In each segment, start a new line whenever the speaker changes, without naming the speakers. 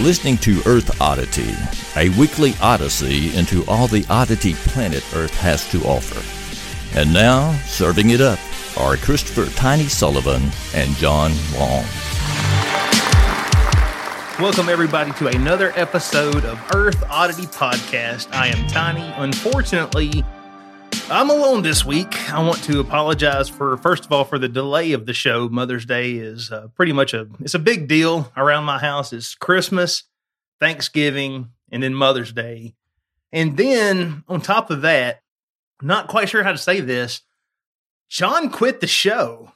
listening to Earth Oddity, a weekly odyssey into all the oddity planet Earth has to offer. And now, serving it up are Christopher Tiny Sullivan and John Long.
Welcome, everybody, to another episode of Earth Oddity Podcast. I am Tiny. Unfortunately, I'm alone this week. I want to apologize for first of all for the delay of the show. Mother's Day is uh, pretty much a it's a big deal around my house. It's Christmas, Thanksgiving, and then Mother's Day. And then on top of that, I'm not quite sure how to say this. John quit the show.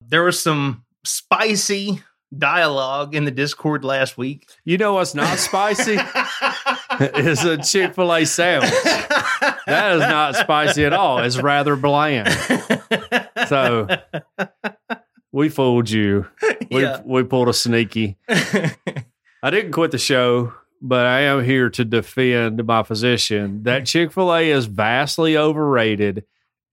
There was some spicy dialogue in the Discord last week.
You know what's not spicy is a Chick Fil A sandwich. That is not spicy at all. It's rather bland. So we fooled you. We
Yeah.
we pulled a sneaky. I didn't quit the show, but I am here to defend my position that Chick Fil A is vastly overrated.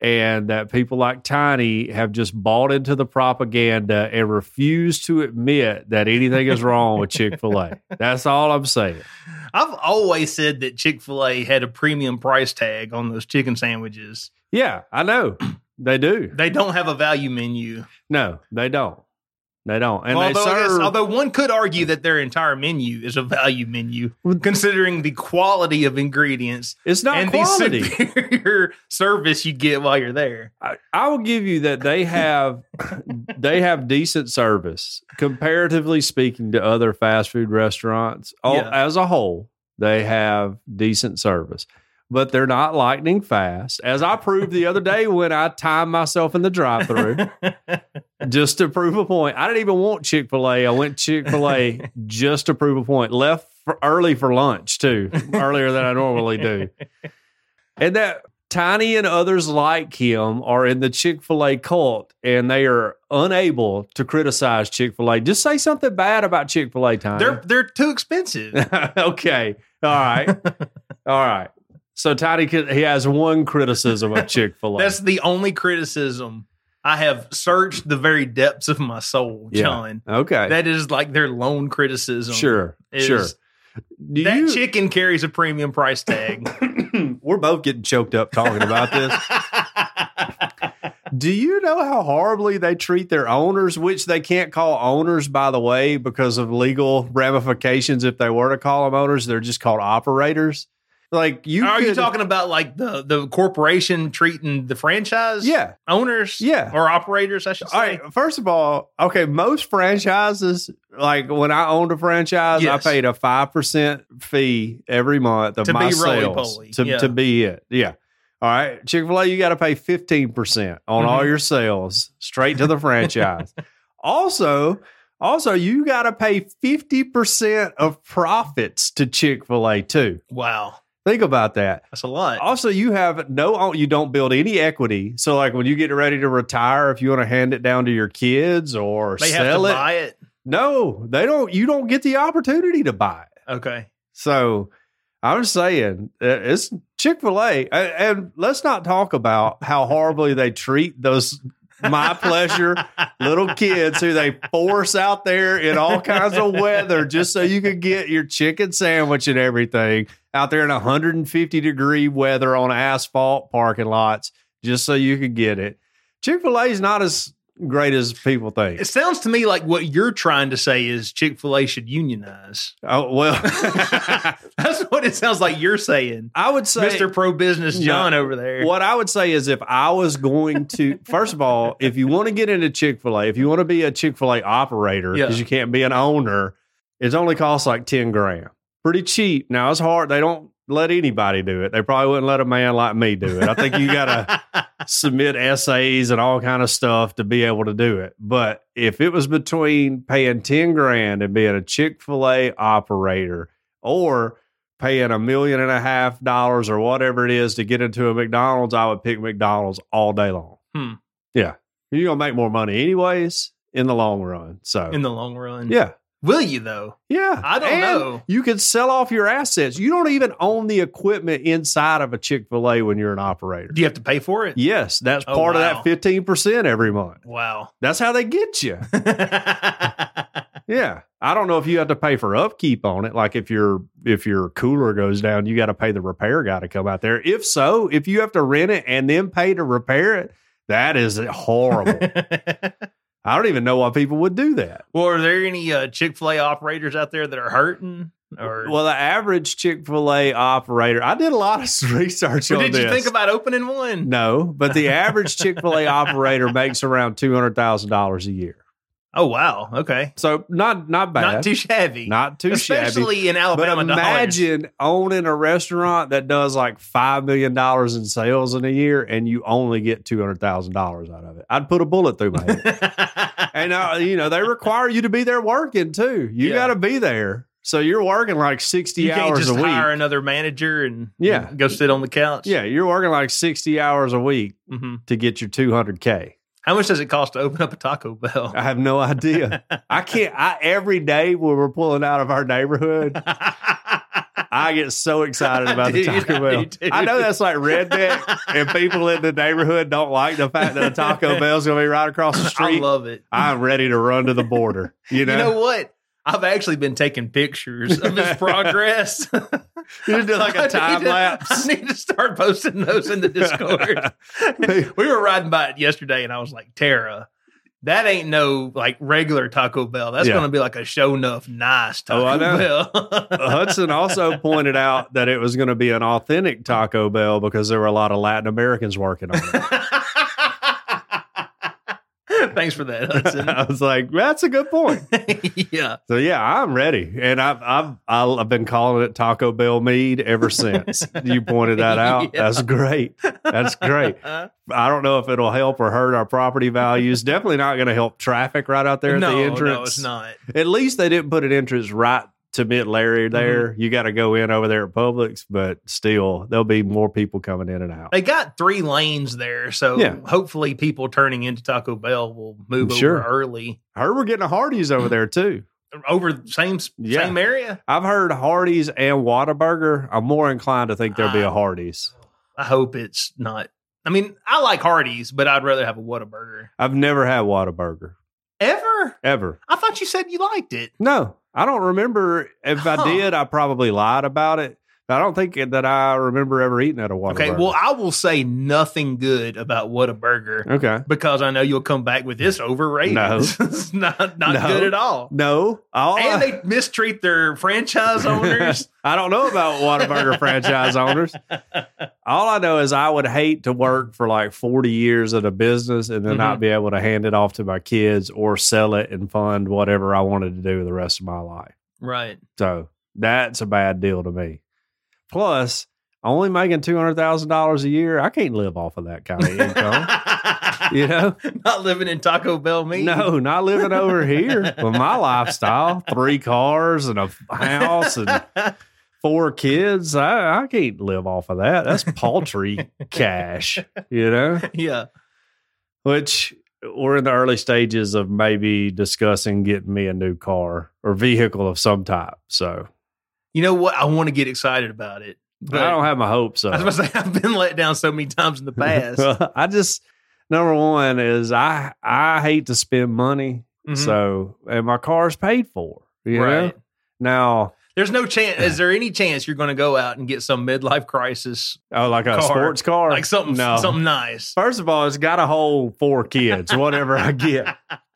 And that people like Tiny have just bought into the propaganda and refuse to admit that anything is wrong with Chick fil A. That's all I'm saying.
I've always said that Chick fil A had a premium price tag on those chicken sandwiches.
Yeah, I know. They do.
They don't have a value menu.
No, they don't. They don't. And
although, I
they
guess-
serve.
although one could argue that their entire menu is a value menu, considering the quality of ingredients
it's not
and
quality.
the superior service you get while you're there.
I, I will give you that they have they have decent service comparatively speaking to other fast food restaurants. All,
Yeah.
As a whole, they have decent service, but they're not lightning fast. As I proved the other day when I timed myself in the drive-through. just to prove a point. I didn't even want Chick fil A. I went Chick fil A just to prove a point. Left for early for lunch, too, earlier than I normally do. And that Tiny and others like him are in the Chick fil A cult and they are unable to criticize Chick fil A. Just say something bad about Chick fil A, Tiny.
they're they're too expensive.
okay. All right. All right. So Tiny, could- he has one criticism of Chick fil A.
That's the only criticism I have searched the very depths of my soul,
Yeah.
John.
Okay.
That is like their lone criticism.
sure.
is-
Sure. Do
That
you-
chicken carries a premium price tag.
We're both getting choked up talking about this. Do you know how horribly they treat their owners, which they can't call owners, by the way, because of legal ramifications? If they were to call them owners, they're just called operators. Like you,
Are you
could-
talking about like the the corporation treating the franchise
Yeah,
owners,
yeah.
or operators? I should say.
All right. First of all, okay. Most franchises, like when I owned a franchise,
Yes.
I paid a five percent fee every month of
To be
my sales
roly-poly,
to
yeah.
to be it. Yeah. All right. Chick fil A, you got to pay fifteen percent on
Mm-hmm.
all your sales straight to the franchise. also, also you got to pay fifty percent of profits to Chick fil A too.
Wow,
Think about that.
that's a lot.
Also, you have no, you don't build any equity. So, like when you get ready to retire, if you want to hand it down to your kids or
they have
sell
to
it,
buy it.
no, they don't. You don't get the opportunity to buy it.
Okay,
So, I'm just saying uh, it's Chick Fil A, and let's not talk about how horribly they treat those my pleasure little kids who they force out there in all kinds of weather just so you could get your chicken sandwich and everything out there in 150 degree weather on asphalt parking lots just so you could get it. Chick fil A is not as great as people think.
It sounds to me like what you're trying to say is Chick Fil A should unionize.
Oh, well,
that's what it sounds like you're saying,
I would say
Mister Pro Business
No.
John over there.
What I would say is if I was going to, first of all, if you want to get into Chick fil A, if you want to be a Chick fil A operator,
Yeah.
because you can't be an owner, it only costs like 10 grand. Pretty cheap. Now it's hard. They don't let anybody do it. They probably wouldn't let a man like me do it. I think you got to submit essays and all kind of stuff to be able to do it. But if it was between paying 10 grand and being a Chick-fil-A operator or paying a million and a half dollars or whatever it is to get into a McDonald's, I would pick McDonald's all day long.
Hmm.
Yeah. You're gonna make more money anyways in the long run. So
in the long run.
yeah.
will you though?
Yeah.
I don't
And
know.
You could sell off your assets. You don't even own the equipment inside of a Chick-fil-A when you're an operator.
Do you have to pay for it?
Yes, that's
Oh,
part
wow.
of that 15% every month.
Wow.
That's how they get you. Yeah. I don't know if you have to pay for upkeep on it. Like if your if your cooler goes down, you got to pay the repair guy to come out there. If so, if you have to rent it and then pay to repair it, that is horrible. I don't even know why people would do that.
well, are there any uh, Chick Fil A operators out there that are hurting? Or
Well, the average Chick Fil A operator, I did a lot of research
Or
on
did you
this.
think about opening one?
no, but the average Chick Fil A operator makes around two hundred thousand dollars a year.
Oh wow, okay,
So not not bad,
not too shabby,
not too shabby.
especially in Alabama.
but imagine owning a restaurant that does like five million dollars in sales in a year, and you only get two hundred thousand dollars out of it. I'd put a bullet through my head.
dollars.
and uh, you know they require you to be there working too. You
Yeah.
got to be there, so you're working like sixty
you can't
hours
just
a week.
hire another manager and
Yeah.
go sit on the couch.
yeah, you're working like sixty hours a week
hmm
to get your two hundred k.
How much does it cost to open up a Taco Bell?
I have no idea. I can't. I every day when we're pulling out of our neighborhood, I get so excited
I
about the
do, I
Taco Bell.
do.
I know that's like redneck, and people in the neighborhood don't like the fact that a Taco Bell's going to be right across the
I
street.
love it.
I'm ready to run to the border. You know,
You know what? I've actually been taking pictures of his progress.
you just do like
I
a
need
time
to-
lapse.
I need to start posting those in the Discord. we were riding by it yesterday, and I was like, Tara, that ain't no like regular Taco Bell. That's
Yeah.
going to be like a show enough nice Taco
Oh, I know.
Bell.
Hudson also pointed out that it was going to be an authentic Taco Bell because there were a lot of Latin Americans working on it.
Thanks for that,
I
Hudson.
was like, that's a good point.
yeah.
So yeah, I'm ready, and I've I've I'll- I've been calling it Taco Bell mead ever since you pointed that out.
Yeah.
That's great. That's great. I don't know if it'll help or hurt our property values. Definitely not going to help traffic right out there at
no,
the entrance.
no, it's not.
At least they didn't put an entrance right to Mid Larry
Mm-hmm.
there. You got to go in over there at Publix, but still, there'll be more people coming in and out.
They got three lanes there, so
Yeah.
hopefully people turning into Taco Bell will move
Sure.
over early.
I heard we're getting a Hardee's over there too.
Over the same
Yeah.
same area.
I've heard Hardee's and Whataburger. I'm more inclined to think there'll be
Ah.
a Hardee's.
I hope it's not. I mean, I like Hardee's, but I'd rather have a Whataburger.
I've never had Whataburger
Ever?
ever.
I thought you said you liked it.
No, I don't remember. If
Huh.
I did, I probably lied about it. But I don't think that I remember ever eating at a Whataburger.
Okay, well, I will say nothing good about Whataburger
okay.
because I know you'll come back with this overrated.
No.
it's not not
No.
good at all.
No, all I-
And they mistreat their franchise owners.
I don't know about Whataburger franchise owners. All I know is I would hate to work for like 40 years at a business and then
Mm-hmm.
not be able to hand it off to my kids or sell it and fund whatever I wanted to do the rest of my life.
right.
So that's a bad deal to me. Plus, only making $200,000 a year, I can't live off of that kind of income. you know?
Not living in Taco Bell meat.
Uh-huh. No, not living over here with my lifestyle, three cars and a f- house and four kids. I, I can't live off of that. That's paltry cash, you know?
yeah.
Which we're in the early stages of maybe discussing getting me a new car or vehicle of some type. So
You know what? I want to get excited about it. But
I don't have my hopes
I was
up.
about to say I've been let down so many times in the past.
I just number one is I I hate to spend money.
Mhm.
So and my car's paid for. You know?
Right.
Now
There's no chance. Is there any chance you're going to go out and get some midlife crisis,
oh like a
Car.
sports car.
like something
no.
something nice?
First of all, it's got a whole four kids, whatever I get,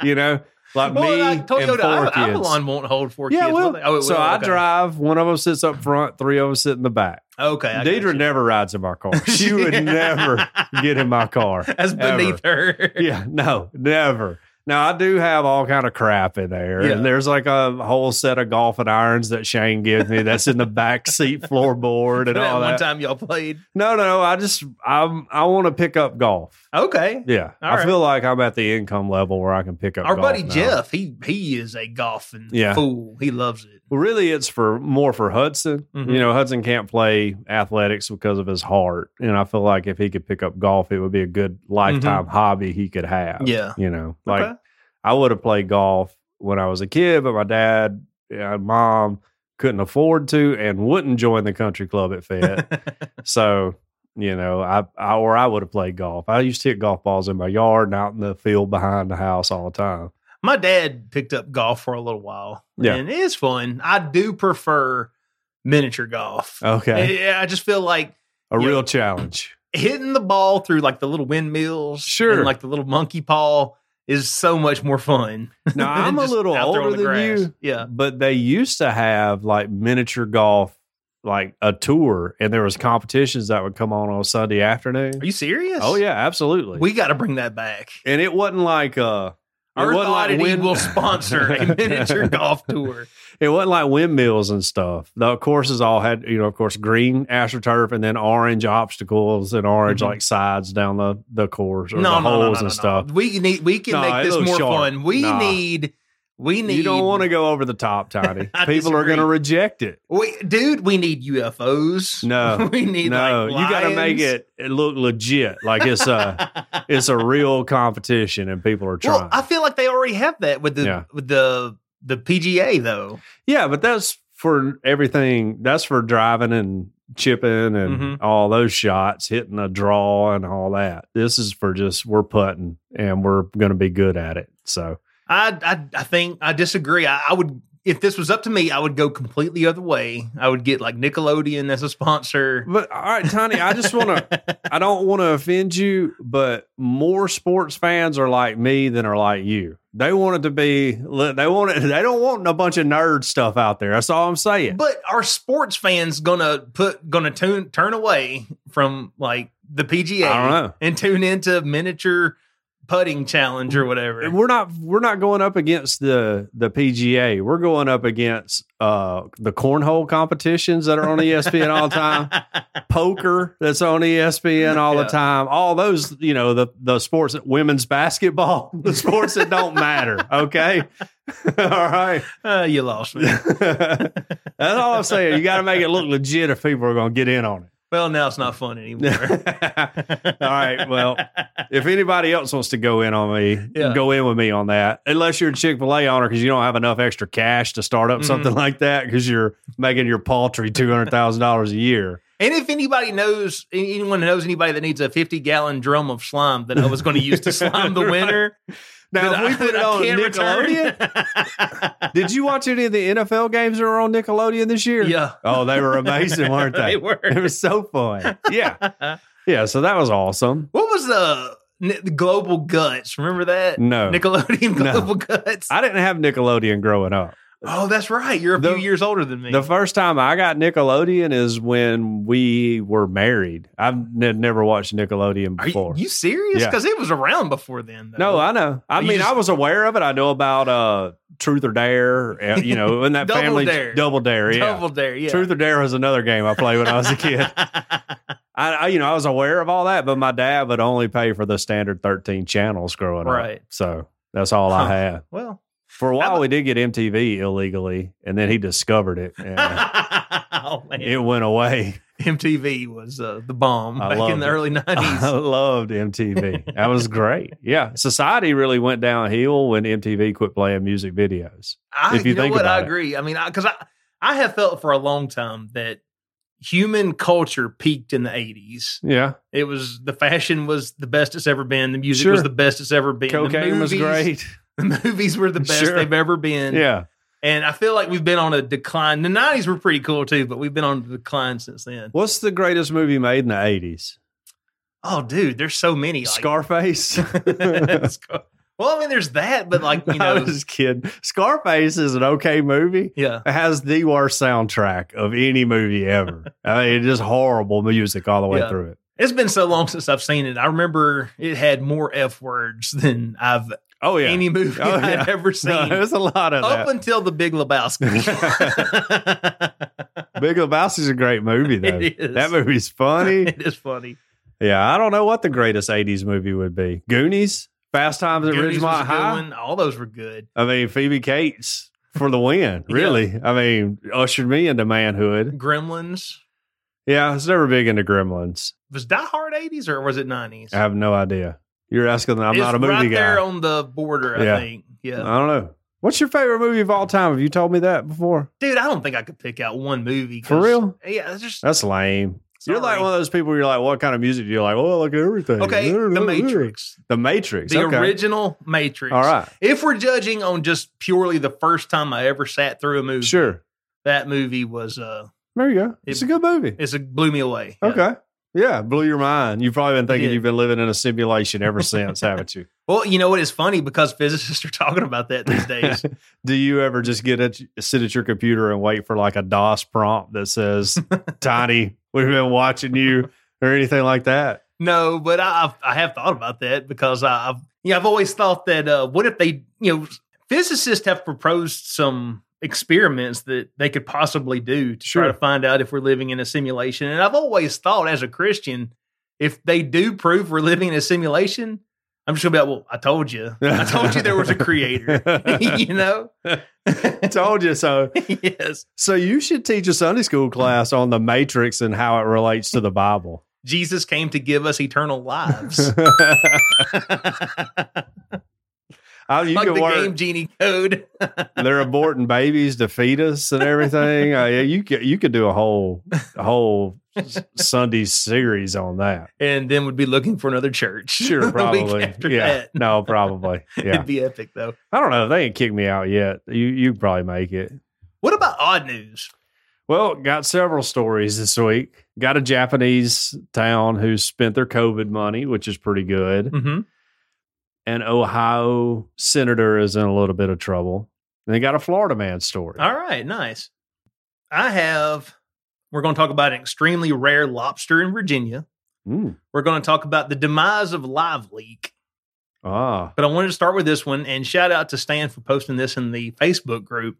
you know, like me
like
and four
Av-
kids.
Avalon won't hold four
yeah,
kids.
well,
will they? Oh, it
so
will,
I
okay.
drive. One of them sits up front, three of them sit in the back.
Okay, I
Deidre
gotcha.
never rides in my car. She would never get in my car.
That's
ever.
beneath her.
Yeah, no, never. Now I do have all kind of crap in there,
Yeah.
and there's like a whole set of golfing irons that Shane gives me. That's in the back seat floorboard and
that
all
one
that.
time y'all played.
No, no, I just I'm I want to pick up golf.
Okay,
Yeah.
All
I
right.
feel like I'm at the income level where I can pick up
our
golf
buddy
now.
Jeff, he he is a golfing
Yeah.
fool. He loves it.
Well, really, it's for more for Hudson.
Mhm.
You know, Hudson can't play athletics because of his heart. And I feel like if he could pick up golf, it would be a good lifetime hobby he could have.
Yeah.
You know, like
Okay.
I would have played golf when I was a kid, but my dad and mom couldn't afford to and wouldn't join the country club at Fed. so, you know, I, I or I would have played golf. I used to hit golf balls in my yard and out in the field behind the house all the time.
my dad picked up golf for a little while.
Yeah.
And it's fun. I do prefer miniature golf.
Okay.
Yeah, I just feel like
A
Yeah.
real challenge.
hitting the ball through like the little windmills,
Sure.
and, like the little monkey paw is so much more fun.
Now,
than
I'm a
just
little
out there on
older
the
than
grass.
you, uh,
Yeah,
but they used to have like miniature golf, like a tour, and there was competitions that would come on on Sunday afternoon.
are you serious?
Oh yeah, absolutely.
we got to bring that back.
and it wasn't like uh, it
Earth
wasn't like
Oddity
wind-
will sponsor a miniature golf tour.
It wasn't like windmills and stuff. The courses all had, you know, of course, green astroturf and then orange obstacles and orange
Mhm.
like sides down the the course or
No, no,
the
no, no,
holes
no, no.
and stuff.
We need. We can
No, it
make this
looks
more
sharp.
fun. We
Nah.
need. We need.
You don't want to go over the top, Tiny.
I
People are going to
disagree.
reject it.
We, dude, we need UFOs.
No,
we need.
no,
like,
you got to make
lions.
it, it look legit, like it's a it's a real competition, and people are trying.
well, I feel like they already have that with the
Yeah.
with the the PGA though.
yeah, but that's for everything. That's for driving and chipping and
Mhm.
all those shots, hitting a draw and all that. This is for just we're putting and we're going to be good at it. So
I, I I think I disagree. I, I would if this was up to me, I would go completely other way. I would get like Nickelodeon as a sponsor.
But all right, Tony, I just want to, I don't want to offend you, but more sports fans are like me than are like you. They want it to be, they want it, they don't want a bunch of nerd stuff out there. That's all I'm saying.
But are sports fans gonna put gonna tune turn away from like the PGA
I don't know.
and tune into miniature putting challenge or whatever?
We're not, we're not going up against the, the PGA. We're going up against, uh, the cornhole competitions that are on E ESPN all the time, poker that's on E ESPN all
Yeah.
the time, all those, you know, the, the sports that women's basketball, the sports that don't matter. Okay. all right.
Uh, you lost me.
That's all I'm saying. You got to make it look legit if people are going to get in on
well, now it's not fun anymore.
it. all right. Well, if anybody else wants to go in on me,
Yeah.
go in with me on that. Unless you're a Chick fil A owner because you don't have enough extra cash to start up
Mhm.
something like that because you're making your paltry $200,000 a year.
And if anybody knows, anyone knows anybody that needs a 50 gallon drum of slime that I was going to use to slime the
Right.
winner,
Now,
that
if we
I-
put it
that I
on
can't return.
Nickelodeon, did you watch any of the NFL games that were on Nickelodeon this year?
yeah.
Oh, they were amazing, weren't
They
they?
were.
It was so fun. Yeah. Yeah. So that was awesome.
What was the, the Global Guts? Remember that?
No.
Nickelodeon
No.
Global Guts.
I didn't have Nickelodeon growing up.
oh, that's right. You're a
The-
few years older than me.
The first time I got Nickelodeon is when we were married. I've n- never watched Nickelodeon
Are you,
before.
you serious?
Yeah.
Because it was around before then. Though.
no, I know. I
You
mean,
just-
I was aware of it. I know about uh, Truth or Dare, uh, you know, and that
Double
family
Dare.
Double Dare. Yeah.
Double Dare. Yeah.
Truth or Dare was another game I played when I was a kid. I, I, you know, I was aware of all that, but my dad would only pay for the standard 13 channels growing up.
Right.
So that's all
Huh.
I had.
well.
For a
How
while,
about-
we did get MTV illegally, and then he discovered it. And
oh, man.
it went away.
MTV was uh, the bomb
I
back in
loved
the
it.
early 90s.
I loved MTV. That was great. Yeah. Society really went downhill when MTV quit playing music videos.
I,
if you
know
think
what, I
about it.
agree. I mean, because I, I have felt for a long time that human culture peaked in the eighties.
Yeah.
It was the fashion was the best it's ever been. The music
Sure.
was the best it's ever been. The
Cocaine was
movies-
great.
The movies were the best
Sure.
they've ever been.
Yeah.
and I feel like we've been on a decline. The nineties were pretty cool too, but we've been on a decline since then.
What's the greatest movie made in the 80s?
Oh, dude, there's so many. Like,
Scarface?
Scar- well, I mean, there's that, but like you
I
know,
was kidding. Scarface is an okay movie.
yeah.
It has the worst soundtrack of any movie ever. I mean, it is horrible music all the way
Yeah.
through it.
It's been so long since I've seen it. I remember it had more f words than I've
Oh, yeah.
any movie
Oh, yeah.
I've ever seen.
no, there's a lot of
up
that.
until the Big Lebowski.
Big Lebowski's a great movie, though.
Oh, It is.
That movie's funny.
it is funny.
Yeah, I don't know what the greatest '80s movie would be. Goonies, Fast Times at
Goonies was a
Ridgemont
good
High.
one. All those were good.
I mean, Phoebe Cates for the win.
Yeah.
Really, I mean, ushered me into manhood.
Gremlins.
Yeah, I was never big into Gremlins.
Was Die Hard 80s or was it 90s?
I have no idea. You're asking. Uh, I'm
It's
not a movie
right
guy.
there on the border, I
Yeah. Uh,
think. Yeah.
I don't know. What's your favorite movie of all time? Have you told me that before?
Dude, I don't think I could pick out one movie. 'cause-
For real?
Yeah, it's just
That's lame. You're like
Sorry.
one of those people. Where you're like, what kind of music do you like? Well, I like everything.
Okay, The Matrix,
The Matrix.
the
okay.
original Matrix.
All right.
If we're judging on just purely the first time I ever sat through a movie,
Sure.
that movie was uh,
There you go. It's a good movie.
it's it blew me away. Yeah.
Okay. Yeah, blew your mind. You've probably been thinking
did.
you've been living in a simulation ever since, haven't you?
Well, you know what? It's funny because physicists are talking about that these days.
Do you ever just get at sit at your computer and wait for like a DOS prompt that says, "Tiny, we've been watching you" or anything like that?
No, but I I've, I have thought about that because I, I've you know, I've always thought that uh, what if they you know physicists have proposed some experiments that they could possibly do to try
Sure.
to find out if we're living in a simulation, and I've always thought as a Christian if they do prove we're living in a simulation, I'm just gonna be like, well, I told you, I told you there was a creator, you know?
Told you so.
yes,
So you should teach a Sunday school class on the Matrix and how it relates to the Bible.
Jesus came to give us eternal lives.
Oh, you
like
can
the
work.
game genie code.
They're aborting babies to feed us and everything. Uh, yeah, you could you could do a whole a whole s- Sunday series on that.
and then would be looking for another church. the
Sure,
week
probably.
after
yeah,
that.
no, probably. Yeah,
It'd be epic though.
I don't know. They ain't kicked me out yet. You you could probably make it.
What about odd news?
Well, got several stories this week. Got a Japanese town who spent their COVID money, which is pretty good.
Mm-hmm.
An Ohio senator is in a little bit of trouble. And they got a Florida man story.
All right, nice. I have. We're going to talk about an extremely rare lobster in Virginia.
Mm.
We're going to talk about the demise of Live Leak.
Ah,
But I wanted to start with this one and shout out to Stan for posting this in the Facebook group.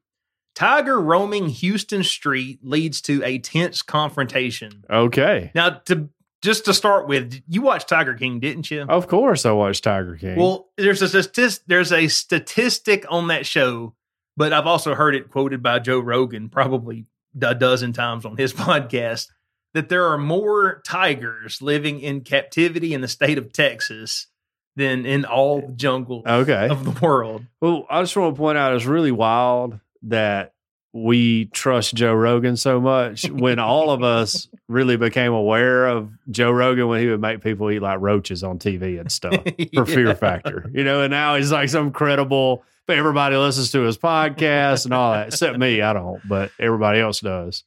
Tiger roaming Houston street leads to a tense confrontation.
okay.
Now, to just to start with, you watched Tiger King, didn't you?
Of course, I watched Tiger King.
Well, there's a statistic. There's a statistic on that show, but I've also heard it quoted by Joe Rogan probably a dozen times on his podcast that there are more tigers living in captivity in the state of Texas than in all the jungle
okay.
of the world.
Well, I just want to point out it's really wild that we trust Joe Rogan so much when all of us really became aware of Joe Rogan when he would make people eat like roaches on TV and stuff for
Yeah.
Fear Factor, you know, and now he's like some credible, but everybody listens to his podcast and all that, except me. I don't, but everybody else does.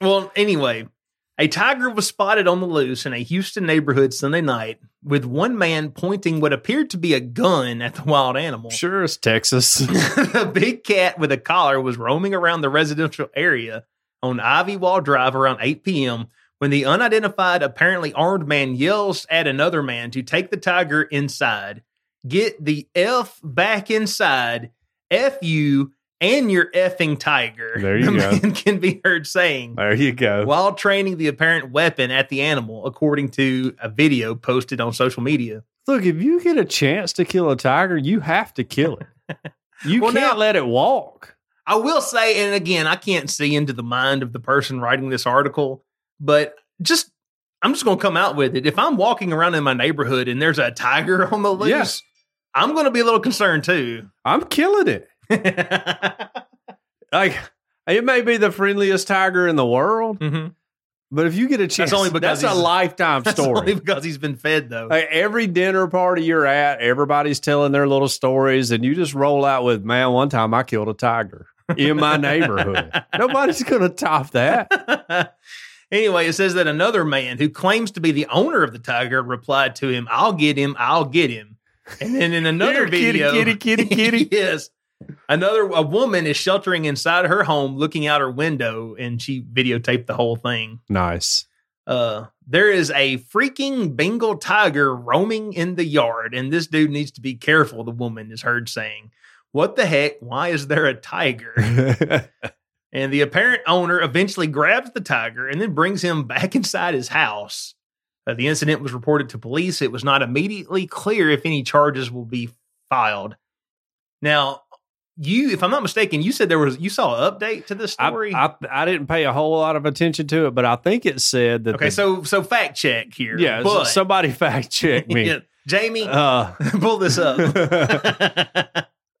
Well, anyway, a tiger was spotted on the loose in a Houston neighborhood Sunday night, with one man pointing what appeared to be a gun at the wild animal.
Sure, it's Texas.
the big cat with a collar was roaming around the residential area on Ivy Wall Drive around 8 p.m. when the unidentified, apparently armed man yells at another man to take the tiger inside. Get the F back inside. F you and your effing tiger.
There you
the
go.
man can be heard saying
there you go.
while training the apparent weapon at the animal, according to a video posted on social media.
Look, if you get a chance to kill a tiger, you have to kill it. You
Well,
can't
now-
let it walk.
I will say, and again, I can't see into the mind of the person writing this article, but just I'm just gonna come out with it. If I'm walking around in my neighborhood and there's a tiger on the loose,
Yeah.
I'm gonna be a little concerned too.
I'm killing it.
Mhm.
Like it may be the friendliest tiger in the world, but if you get a chance,
only because
that's a
he's-
lifetime
That's only
story.
because he's been fed though.
like every dinner party you're at, everybody's telling their little stories, and you just roll out with, "Man, one time I killed a tiger in my neighborhood." Nobody's gonna top that.
anyway, it says that another man who claims to be the owner of the tiger replied to him, I'll get him, I'll get him. And then in another
Here, kitty,
video,
kitty, kitty, kitty.
yes. Another a woman is sheltering inside her home looking out her window and she videotaped the whole thing.
Nice.
Uh there is a freaking Bengal tiger roaming in the yard and this dude needs to be careful, the woman is heard saying. What the heck? Why is there a tiger? And the apparent owner eventually grabs the tiger and then brings him back inside his house. Uh, the incident was reported to police. It was not immediately clear if any charges will be filed. Now, you, if I'm not mistaken, you said there was you saw an update to this
I,
story.
I I didn't pay a whole lot of attention to it, but I think it said that.
okay,
the-
so so fact check here.
yeah,
but,
somebody fact check me.
Yeah, Jamie,
Uh,
pull this up.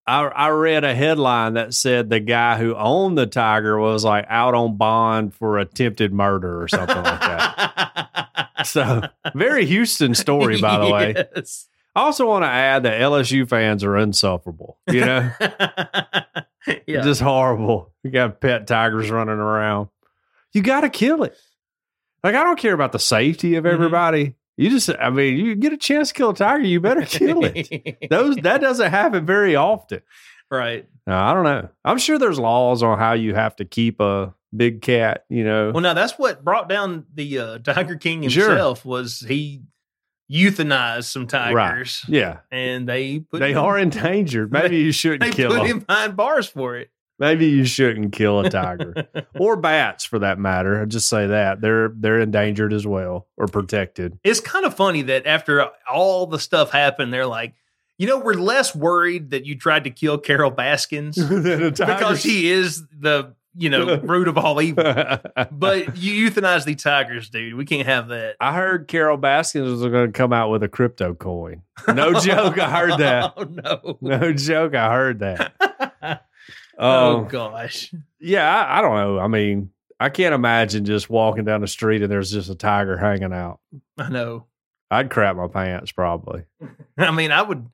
I, I read a headline that said the guy who owned the tiger was like out on bond for attempted murder or something like that. So, very Houston story, by the way.
Yes.
I also want to add that LSU fans are insufferable. You know,
yeah.
just horrible. You got pet tigers running around. You got to kill it. Like I don't care about the safety of
Mhm.
everybody. You just, I mean, you get a chance to kill a tiger, you better kill it. Those that doesn't happen very often.
right.
No, I don't know. I'm sure there's laws on how you have to keep a big cat. You know,
Well, now that's what brought down the uh, Tiger King
Sure.
himself was he euthanized some tigers
yeah,
and they put
they
him,
are endangered. Maybe you
they
shouldn't kill
put
them.
him behind bars for it.
Maybe you shouldn't kill a tiger or bats for that matter. I'll just say that they're they're endangered as well or protected.
It's kind of funny that after all the stuff happened, they're like, you know, we're less worried that you tried to kill Carol Baskins because he is the you know root of all evil.
but
But you euthanize the tigers, dude. We can't have that.
I heard Carol Baskins was going to come out with a crypto coin. No joke, I heard that.
Oh no.
No joke, I heard that.
Oh,
Um,
gosh.
Yeah, I, I don't know. I mean, I can't imagine just walking down the street and there's just a tiger hanging out.
I know.
I'd crap my pants probably.
I mean, I would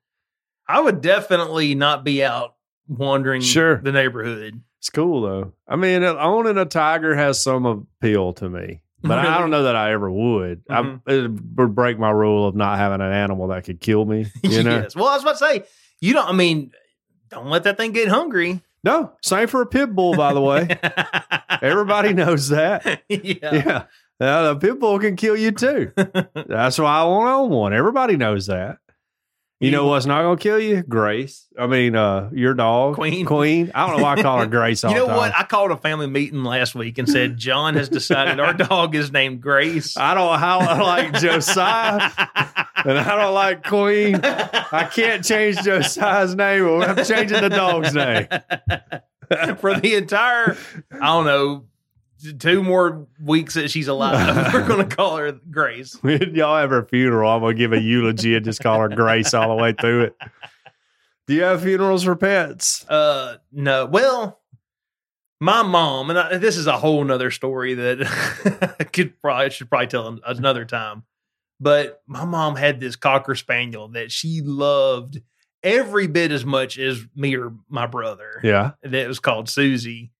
I would definitely not be out wandering
Sure.
the neighborhood.
It's cool though. I mean, uh, owning a tiger has some appeal to me, but I
Really?
don't know that I ever would.
Mhm.
I, it would break my rule of not having an animal that could kill me. You know,
yes. Well, I was about to say, you don't I mean, don't let that thing get hungry.
no. Same for a pit bull, by the way. Everybody knows that.
yeah.
Yeah, Now, the pit bull can kill you too. That's why I want to own one. Everybody knows that. You know what's not going to kill you? Grace. I mean, uh, your dog,
Queen.
Queen. I don't know why I call her Grace. All
You know
the time.
what? I called a family meeting last week and said John has decided our dog is named Grace.
I don't know how I like Josiah, and I don't like Queen. I can't change Josiah's name. Or I'm changing the dog's name.
for the entire I don't know two more weeks that she's alive. We're gonna call her Grace.
When y'all have her funeral, I'm gonna give a eulogy and just call her Grace all the way through it. Do you have funerals for pets?
Uh no. Well, my mom and I, this is a whole nother story that I could probably should probably tell an- another time. But my mom had this cocker spaniel that she loved every bit as much as me or my brother.
Yeah.
That was called Susie.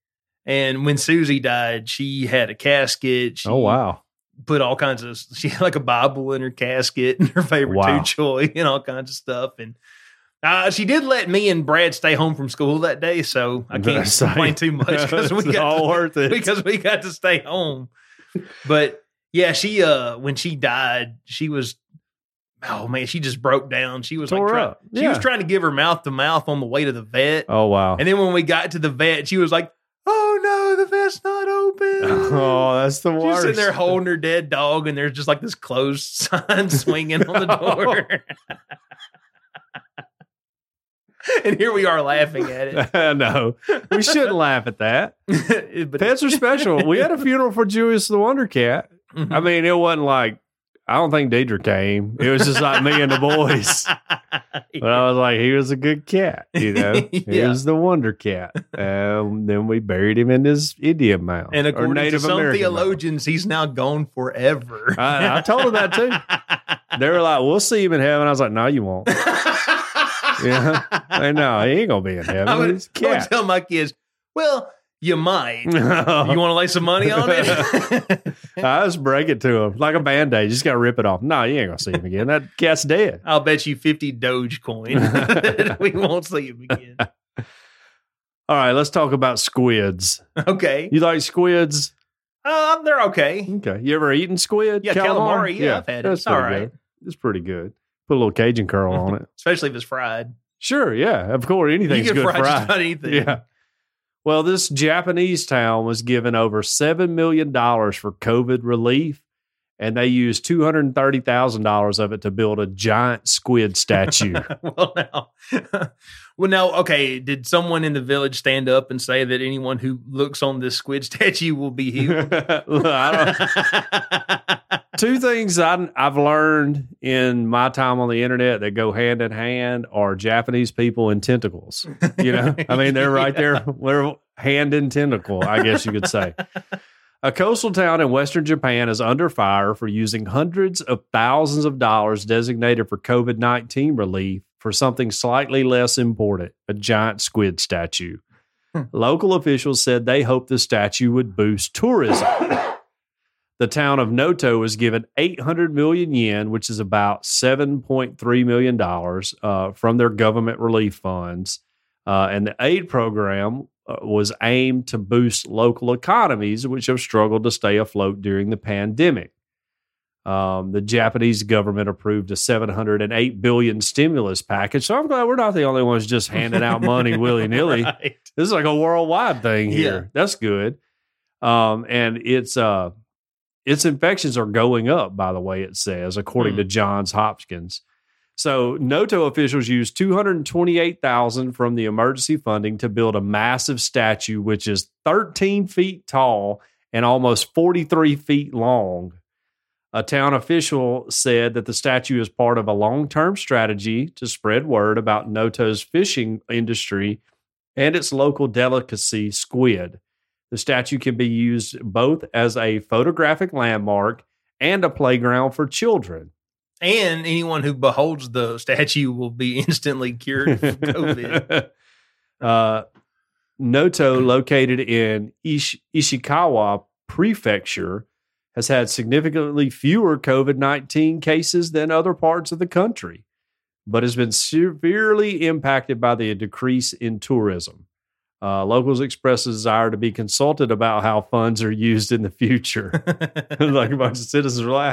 And when Susie died, she had a casket. She
Oh wow.
put all kinds of she had like a Bible in her casket and her favorite
Wow.
two toy and all kinds of stuff. And uh, she did let me and Brad stay home from school that day, so I can't
That's right.
complain too much because we
It's all
got
worth it.
because we got to stay home. But yeah, she uh when she died, she was oh man, she just broke down. She was
Tore
like try-
up.
she was
Yeah.
trying to give her mouth to mouth on the way to the vet.
oh wow.
And then when we got to the vet, she was like, "Oh no, the vet's not open."
Oh, that's the
She's
worst.
sitting there holding her dead dog, and there's just like this closed sign swinging on the door. and here we are laughing at
no, we shouldn't laugh at that.
it. but
Pets are special. We had a funeral for Julius the Wonder Cat.
Mhm.
I
Hmm.
mean, it wasn't like I don't think Deidre came. It was just like me and the boys. But I was like, he was a good cat, you know. He
Yeah.
was the wonder cat. Um, then we buried him in his Indian mound
and
or
according to some
mound.
theologians, he's now gone forever.
I, I told him that too. They were like, "We'll see him in heaven." I was like, "No, you won't. Yeah. I know he ain't gonna be in heaven.
I would,
He's a
I would
cat."
tell my kids, well, you might. You want to lay some money on it?
I just break it to him like a band aid. You just gotta rip it off. No, you ain't gonna see him again. That cat's dead.
I'll bet you 50 Dogecoin that we won't see him again.
All right, let's talk about squids.
Okay.
You like squids?
Uh, they're okay.
Okay. You ever eaten squid?
Yeah, calamari. Yeah, I've had it.
that's
It's all
pretty
right.
good. It's pretty good. Put a little Cajun curl on it.
Especially if it's fried.
Sure. Yeah. Of course. Anything's
you
good
can fry
fried.
just about anything.
Yeah. Well, this Japanese town was given over $7 million for COVID relief. and they used two hundred thirty thousand dollars of it to build a giant squid statue.
well, now, well, now, okay. Did someone in the village stand up and say that anyone who looks on this squid statue will be healed?
I don't- two things I, I've learned in my time on the internet that go hand in hand are Japanese people and tentacles. You know, I mean, they're right there, they're hand in tentacle, I guess you could say. A coastal town in western Japan is under fire for using hundreds of thousands of dollars designated for COVID 19 relief for something slightly less important a giant squid statue. Local officials said they hoped the statue would boost tourism. The town of Noto was given 800 million yen, which is about 7.3 million dollars uh, from their government relief funds, uh, and the aid program uh, was aimed to boost local economies, which have struggled to stay afloat during the pandemic. Um, the Japanese government approved a 708 billion stimulus package, so I'm glad we're not the only ones just handing out money willy nilly.
Right.
This is like a worldwide thing here.
Yeah.
That's good. Um, and it's uh its infections are going up, by the way, it says, according
Hmm.
to Johns Hopkins. So Noto officials used 228,000 from the emergency funding to build a massive statue, which is 13 feet tall and almost 43 feet long. A town official said that the statue is part of a long term strategy to spread word about Noto's fishing industry and its local delicacy, squid. The statue can be used both as a photographic landmark and a playground for children.
And anyone who beholds the statue will be instantly cured from COVID.
uh, Noto, located in Ish- Ishikawa Prefecture, has had significantly fewer COVID 19 cases than other parts of the country, but has been severely impacted by the decrease in tourism. Uh, locals express a desire to be consulted about how funds are used in the future. like a bunch of citizens are like,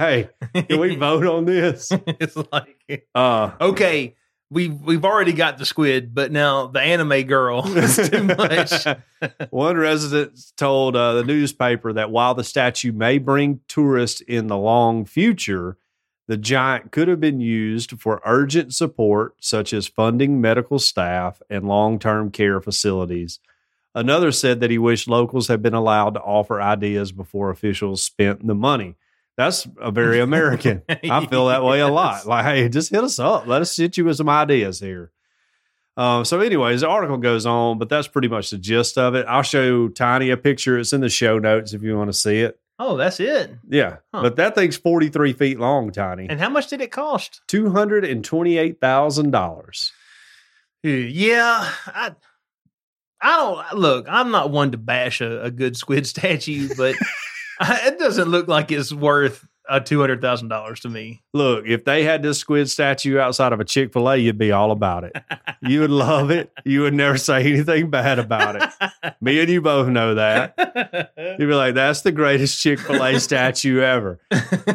hey, can we vote on this?
it's like
Uh,
okay, we've we've already got the squid, but now the anime girl is too much.
One resident told uh, the newspaper that while the statue may bring tourists in the long future, the giant could have been used for urgent support, such as funding medical staff and long term care facilities. Another said that he wished locals had been allowed to offer ideas before officials spent the money. That's a very American. I feel that way a lot.
Yes.
Like, hey, just hit us up. Let us hit you with some ideas here. Um, so, anyways, the article goes on, but that's pretty much the gist of it. I'll show Tiny a picture. It's in the show notes if you want to see it.
Oh, that's it.
Yeah,
Huh.
but that thing's forty three feet long, Tiny.
And how much did it cost?
Two hundred and twenty eight thousand dollars.
Yeah, I I don't look. I'm not one to bash a, a good squid statue, but I, it doesn't look like it's worth uh, two hundred thousand dollars to me.
Look, if they had this squid statue outside of a Chick fil A, you'd be all about it. You would love it. You would never say anything bad about it. Me and you both know that. You'd be like, that's the greatest Chick fil A statue ever.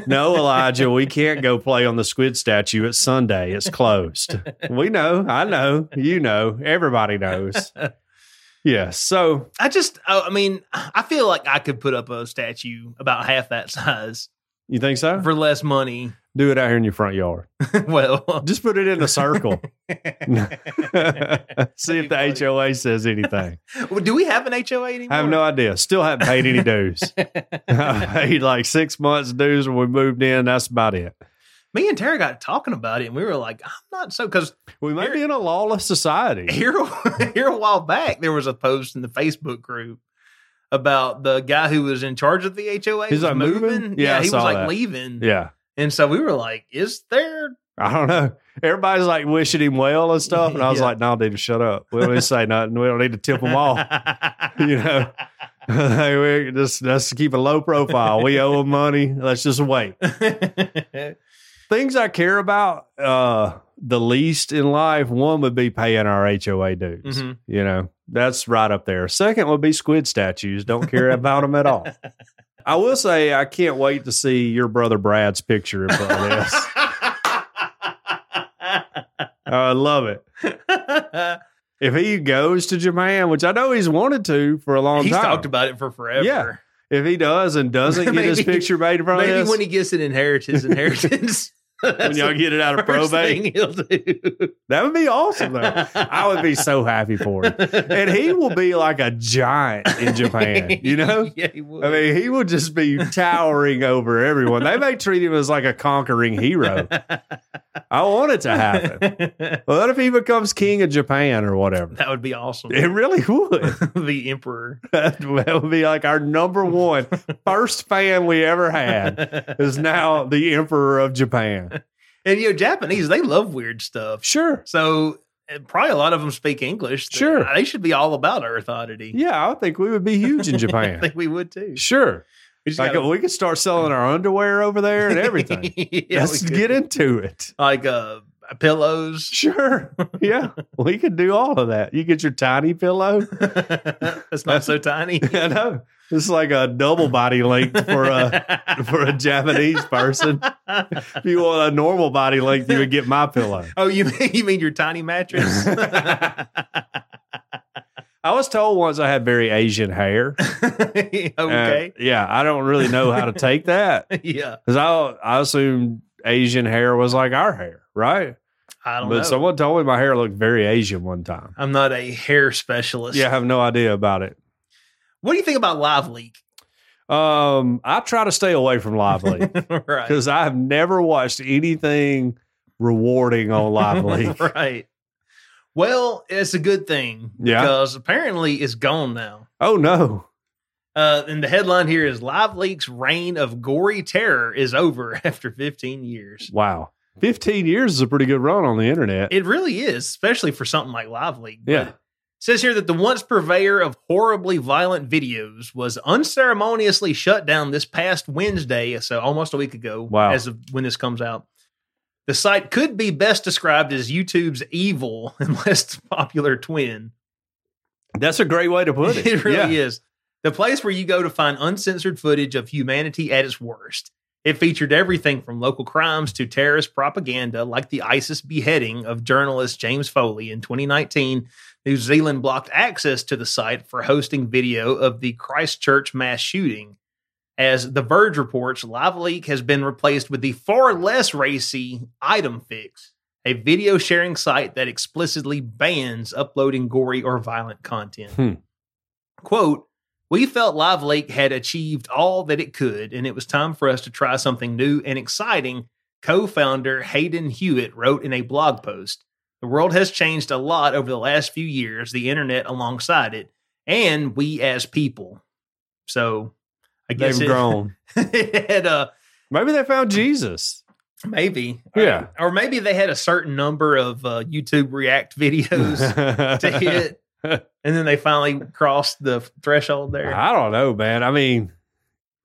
No, Elijah, we can't go play on the squid statue. It's Sunday. It's closed. We know. I know. You know. Everybody knows. Yeah. So,
I just, I, I mean, I feel like I could put up a statue about half that size
you think so?
for less money.
Do it out here in your front yard.
well,
Just put it in a circle. See if the
That'd be
HOA says anything.
do we have an HOA anymore?
I have no idea. Still haven't paid any dues. I paid like six months dues when we moved in. That's about it.
Me and Tara got talking about it, and we were like, "I'm not so." Because
We might be in a lawless society.
here, here a while back, there was a post in the Facebook group about the guy who was in charge of the HOA.
He's
was
like, moving? Yeah,
Yeah,
I
he
saw
was like
that.
leaving.
Yeah.
and so we were like, "Is there?"
I don't know. Everybody's like wishing him well and stuff. And I was
Yeah.
like, no, dude, shut up. We don't need to say nothing. We don't need to tip them off. You know, Like, we just let's keep a low profile. We owe them money. Let's just wait. Things I care about uh, the least in life. One would be paying our HOA dues.
Mhm.
You know, that's right up there. Second would be squid statues. Don't care about them at all. I will say I can't wait to see your brother Brad's picture in front of this. I love it. If he goes to Japan, which I know he's wanted to for a long
He's
time,
talked about it for forever.
Yeah. if he does and doesn't get his
Maybe-
picture made in front
Maybe
of us,
when he gets an inheritance, inheritance.
when y'all get it out of probate,
he'll do.
that would be awesome though. I would be so happy for him. And he will be like a giant in Japan, you know?
Yeah, he would.
I mean, he would just be towering over everyone. They may treat him as like a conquering hero. I want it to happen. What if he becomes king of Japan or whatever?
that would be awesome.
It really would.
the emperor.
that would be like our number one first fan we ever had
and
is now the emperor of Japan.
you know, Japanese, they love weird stuff.
Sure.
So uh, probably a lot of them speak English.
Sure.
They should be all about Earth oddity.
Yeah, I would think we would be huge in
I
Japan.
think we would too.
Sure.
We just
Like
gotta-
we could start selling our underwear over there and everything.
yeah,
Let's
we could.
get into it.
like uh pillows.
Sure. Yeah. we could do all of that. You get your tiny pillow.
That's not so tiny.
I know. It's like a double body length for a for a Japanese person. If you want a normal body length, you would get my pillow.
oh, you mean, you mean your tiny mattress?
Uh, I was told once I had very Asian hair. Uh,
okay.
yeah. I don't really know how to take that.
yeah.
Because I I assumed Asian hair was like our hair, right?
I
But
don't know.
someone told me my hair looked very Asian one time.
I'm not a hair specialist.
Yeah, I have no idea about it.
What do you think about Live Leak?
Um, I try to stay away from Lively
right.
because I've never watched anything rewarding on Lively.
right. Well, it's a good thing.
Yeah.
Because apparently it's gone now.
Oh no.
Uh, and the headline here is Live Leak's reign of gory terror is over after 15 years.
Wow. 15 years is a pretty good run on the internet.
It really is, especially for something like Live Leak. But
Yeah.
It says here that the once purveyor of horribly violent videos was unceremoniously shut down this past Wednesday, so almost a week ago,
Wow.
as of when this comes out. The site could be best described as YouTube's evil and less popular twin.
That's a great way to put it.
It
yeah.
really is. The place where you go to find uncensored footage of humanity at its worst. It featured everything from local crimes to terrorist propaganda, like the ISIS beheading of journalist James Foley in 2019. New Zealand blocked access to the site for hosting video of the Christchurch mass shooting. As The Verge reports, Live Leak has been replaced with the far less racy Item Fix, a video sharing site that explicitly bans uploading gory or violent content quote we felt live lake had achieved all that it could and it was time for us to try something new and exciting co-founder hayden hewitt wrote in a blog post the world has changed a lot over the last few years the internet alongside it and we as people so i guess
They've
it,
grown.
it had a
Maybe they found Jesus.
maybe
Yeah.
or maybe they had a certain number of uh, youtube react videos to hit and then they finally crossed the threshold there
I don't know, man. I mean,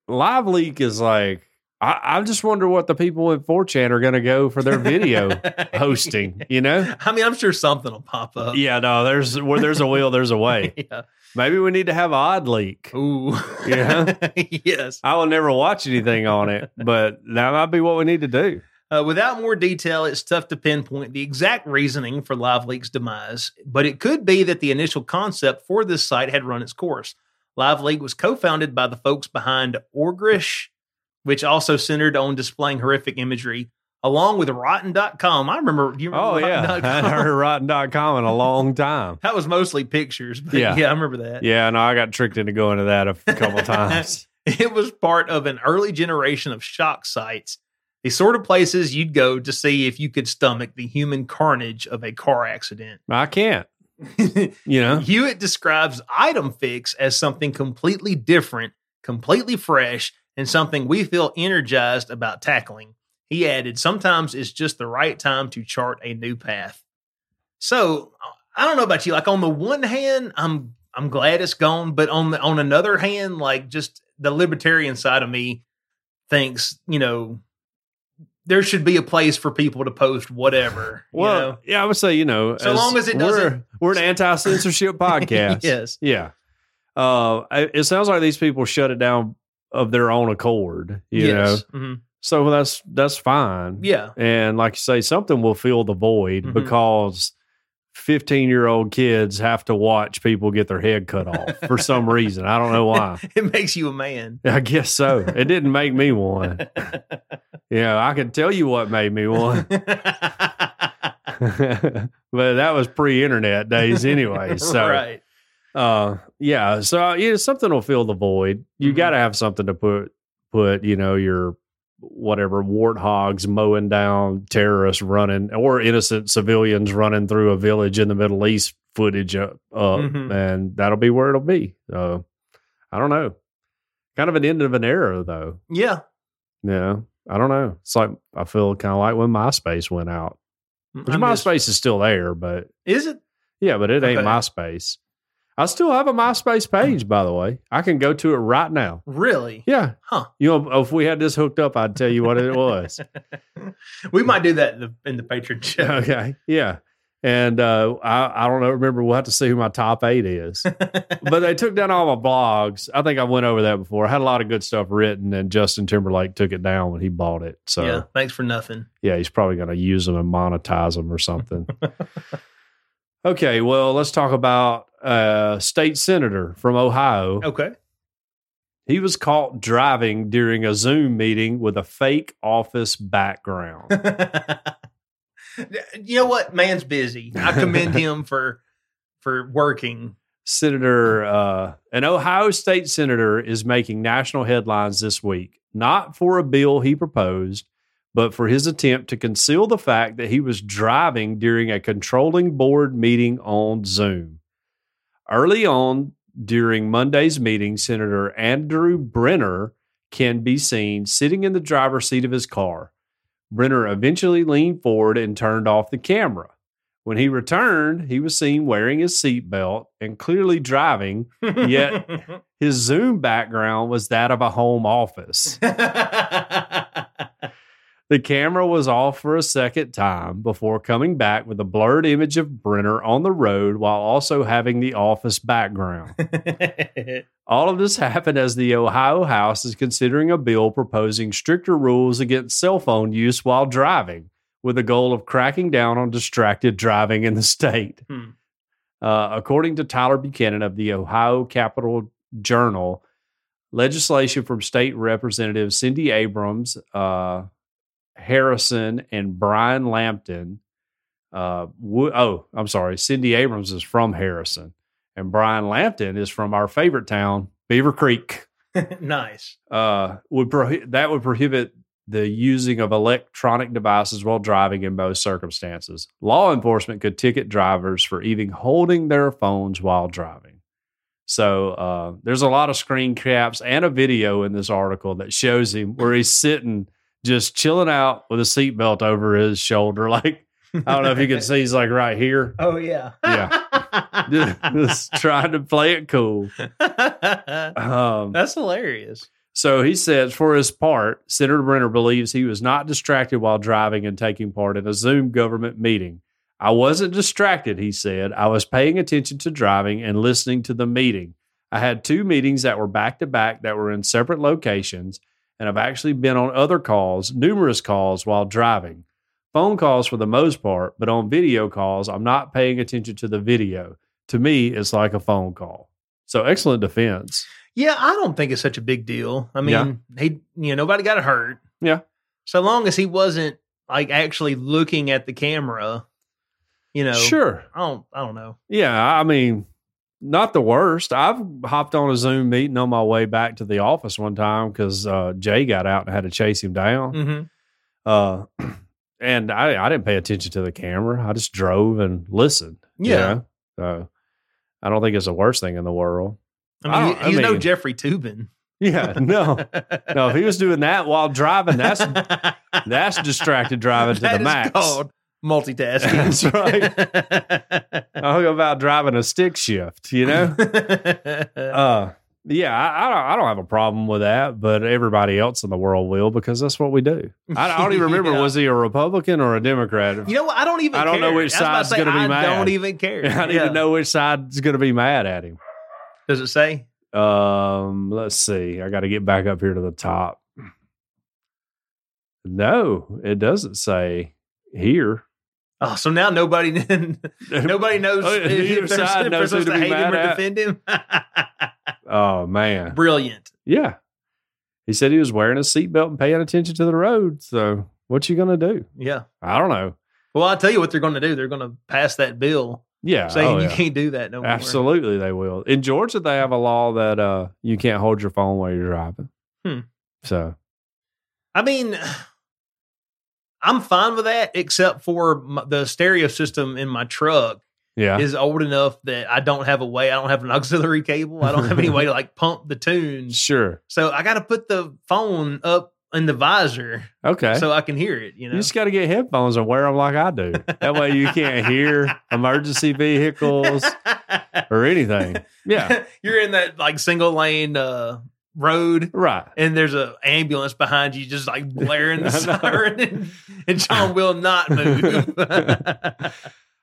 Live Leak is like, I, I just wonder what the people at 4chan are going to go for their video hosting, you know?
I mean, I'm sure something will pop up.
Yeah, no, there's where there's a will, there's a way.
Yeah.
Maybe we need to have Odd Leak.
Ooh.
Yeah.
yes.
I will never watch anything on it, but that might be what we need to do.
Uh, without more detail, it's tough to pinpoint the exact reasoning for LiveLeak's demise, but it could be that the initial concept for this site had run its course. LiveLeak was co-founded by the folks behind Orgrish, which also centered on displaying horrific imagery, along with Rotten.com. I remember. You remember
Oh, yeah. I
Rotten.com?
hadn't heard of Rotten.com in a long time.
That was mostly pictures, but
Yeah.
yeah, I remember that.
Yeah, no, I got tricked into going to that a couple times.
It was part of an early generation of shock sites, the sort of places you'd go to see if you could stomach the human carnage of a car accident.
I can't, you know?
Hewitt describes Item Fix as something completely different, completely fresh, and something we feel energized about tackling. He added, sometimes it's just the right time to chart a new path. So I don't know about you. Like on the one hand, I'm I'm glad it's gone, but on the on another hand, like just the libertarian side of me thinks, you know, there should be a place for people to post whatever.
Well,
you know?
yeah, I would say, you know,
So long as it
we're-
doesn't-
We're, an anti censorship podcast.
Yes.
Yeah. Uh, I- it sounds like these people shut it down of their own accord, you know?
Mhm.
So that's that's fine.
Yeah.
And like you say, something will fill the void
Mhm.
because 15 year old kids have to watch people get their head cut off for some reason. I don't know why.
It makes you a man.
I guess so. It didn't make me one. Yeah, I can tell you what made me one. but that was pre internet days anyway. So
right.
uh yeah so you know, something will fill the void you
Mhm.
got to have something to put put you know your whatever warthogs mowing down terrorists running or innocent civilians running through a village in the middle east footage up, up
Mhm.
and that'll be where it'll be so i don't know kind of an end of an era though
Yeah.
you know i don't know it's like i feel kind of like when myspace went out which
I'm just-
myspace is still there but
is it?
yeah, but it ain't
Okay.
MySpace. I still have a MySpace page, by the way. I can go to it right now.
Really?
Yeah.
Huh.
You know, if we had this hooked up, I'd tell you what it was.
We might do that in the, in the patron show.
okay. Yeah. And uh, I, I don't know, remember. We'll have to see who my top eight is. but they took down all my blogs. I think I went over that before. I had a lot of good stuff written, and Justin Timberlake took it down when he bought it. So,
yeah. Thanks for nothing.
yeah, he's probably going to use them and monetize them or something. okay. Well, let's talk about uh, state senator from Ohio.
Okay.
He was caught driving during a Zoom meeting with a fake office background.
you know what? Man's busy. I commend him for for working.
Senator, uh, an Ohio state senator is making national headlines this week, not for a bill he proposed, but for his attempt to conceal the fact that he was driving during a controlling board meeting on Zoom. Early on during Monday's meeting, Senator Andrew Brenner can be seen sitting in the driver's seat of his car. Brenner eventually leaned forward and turned off the camera. When he returned, he was seen wearing his seatbelt and clearly driving. Yet- His Zoom background was that of a home office. The camera was off for a second time before coming back with a blurred image of Brenner on the road while also having the office background. All of this happened as the Ohio House is considering a bill proposing stricter rules against cell phone use while driving, with the goal of cracking down on distracted driving in the state.
Hmm.
Uh, according to Tyler Buchanan of the Ohio Capitol Journal, legislation from state representatives Cindy Abrams, uh, Harrison, and Brian Lampton. Uh, wo- oh, I'm sorry. Cindy Abrams is from Harrison and Brian Lampton is from our favorite town, Beaver Creek.
nice.
Uh, would prohi- that would prohibit the using of electronic devices while driving in most circumstances. Law enforcement could ticket drivers for even holding their phones while driving. So uh, there's a lot of screen caps and a video in this article that shows him where he's sitting just chilling out with a seatbelt over his shoulder. Like I don't know if you can see, he's like right here,
Oh yeah.
just trying to play it cool.
Yeah.
Um,
That's hilarious.
so he says, for his part, Senator Brenner believes he was not distracted while driving and taking part in a Zoom government meeting. I wasn't distracted, he said. I was paying attention to driving and listening to the meeting. I had two meetings that were back to back that were in separate locations, and I've actually been on other calls, numerous calls while driving. Phone calls for the most part, but on video calls, I'm not paying attention to the video. To me, it's like a phone call. So excellent defense.
Yeah, I don't think it's such a big deal. I mean,
Yeah.
he you know nobody got hurt.
Yeah.
So long as he wasn't like actually looking at the camera, you know.
Sure.
I don't. I don't know.
Yeah, I mean, not the worst. I've hopped on a Zoom meeting on my way back to the office one time because uh, Jay got out and had to chase him down.
Mm-hmm.
Uh, and I, I didn't pay attention to the camera. I just drove and listened. you
Yeah.
know? So I don't think it's the worst thing in the world.
I mean,
I don't-
he-
I
he's no
mean-
Jeffrey Tubin.
Yeah, no. No, if he was doing that while driving, that's that's distracted driving to
That
the
is
max.
called multitasking.
That's right. Talk about driving a stick shift, you know? uh yeah I, I don't i don't have a problem with that but everybody else in the world will because that's what we do i, I don't even remember
Yeah.
was he a republican or a democrat
you know what? I don't even.
I don't know
care.
which
I was about
side's
to say,
gonna be
I
mad.
don't even care.
i need
Yeah.
to know which side's going to be mad at him
Does it say?
um let's see i got to get back up here to the top no it doesn't say here
Oh, so now nobody nobody knows
Oh,
if,
neither
if they're,
side
if they're
knows who
supposed
to
to
be
hate him
mad
or
at.
defend him.
Oh man.
Brilliant.
Yeah. He said he was wearing a seatbelt and paying attention to the road. So what you gonna do?
Yeah.
I don't know.
Well, I'll tell you what they're going to do. They're going to pass that bill
Yeah.
saying
oh,
you
yeah.
can't do that no more.
Absolutely they will. In Georgia they have a law that uh you can't hold your phone while you're driving.
Hmm.
So
I mean, I'm fine with that, except for m the stereo system in my truck
yeah.
is old enough that I don't have a way. I don't have an auxiliary cable. I don't have any way to like pump the tunes.
sure.
So I got to put the phone up in the visor
Okay.
so I can hear it. You
you,
know,
just got to get headphones and wear them like I do. That way you can't hear emergency vehicles or anything. Yeah,
you're in that like single lane uh, road.
right.
And there's a ambulance behind you, just like blaring the
I know.
siren, and, and John will not move.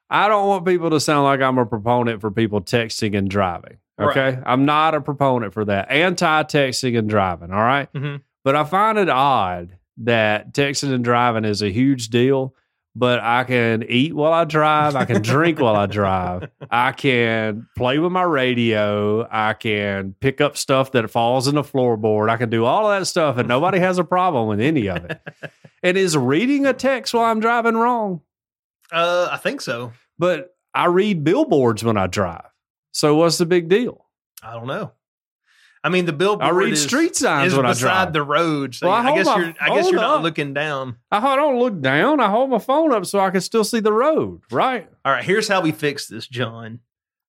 I don't want people to sound like I'm a proponent for people texting and driving. Okay. I'm not a proponent for that. Anti texting and driving. All right?
Mhm.
But I find it odd that texting and driving is a huge deal. But I can eat while I drive. I can drink while I drive. I can play with my radio. I can pick up stuff that falls in the floorboard. I can do all of that stuff, and nobody has a problem with any of it. And is reading a text while I'm driving wrong?
Uh, I think so.
but I read billboards when I drive. So what's the big deal?
I don't know. I mean, the billboard
I read
is,
street signs
is
when I
beside
drive.
the road, so
Well, I
I, guess
hold my
you're. I guess you're
phone
not
up.
looking down.
I ho- I don't look down. I hold my phone up so I can still see the road, right?
All right, here's how we fix this, John.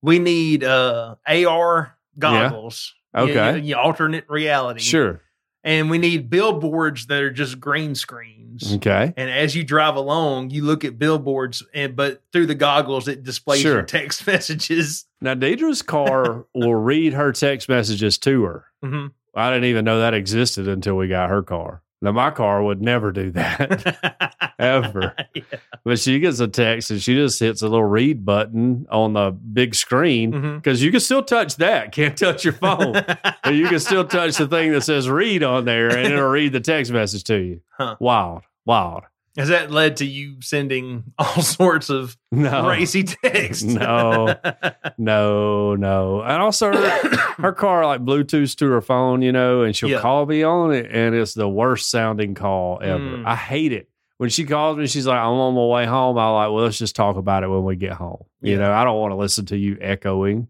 We need uh AR goggles. You-
Okay.
you- you alternate reality.
Sure.
and we need billboards that are just green screens.
Okay.
And as you drive along, you look at billboards, and but through the goggles, it displays your
Sure.
text messages.
Now Deidre's car will read her text messages to her.
hmm
I didn't even know that existed until we got her car. Now my car would never do that ever.
Yeah.
But she gets a text and she just hits a little read button on the big screen
Mhm.
because you can still touch that. Can't touch your phone. but you can still touch the thing that says read on there and it'll read the text message to you.
Huh.
Wild, wild.
Has that led to you sending all sorts of
No,
racy texts?
Oh. No. no, no. And also, her, her car like Bluetooths to her phone, you know, and she'll
Yeah.
call me on it, and it's the worst sounding call ever.
Mm.
I hate it. When she calls me, she's like, I'm on my way home. I'm like, well, let's just talk about it when we get home. You
Yeah.
know, I don't want to listen to you echoing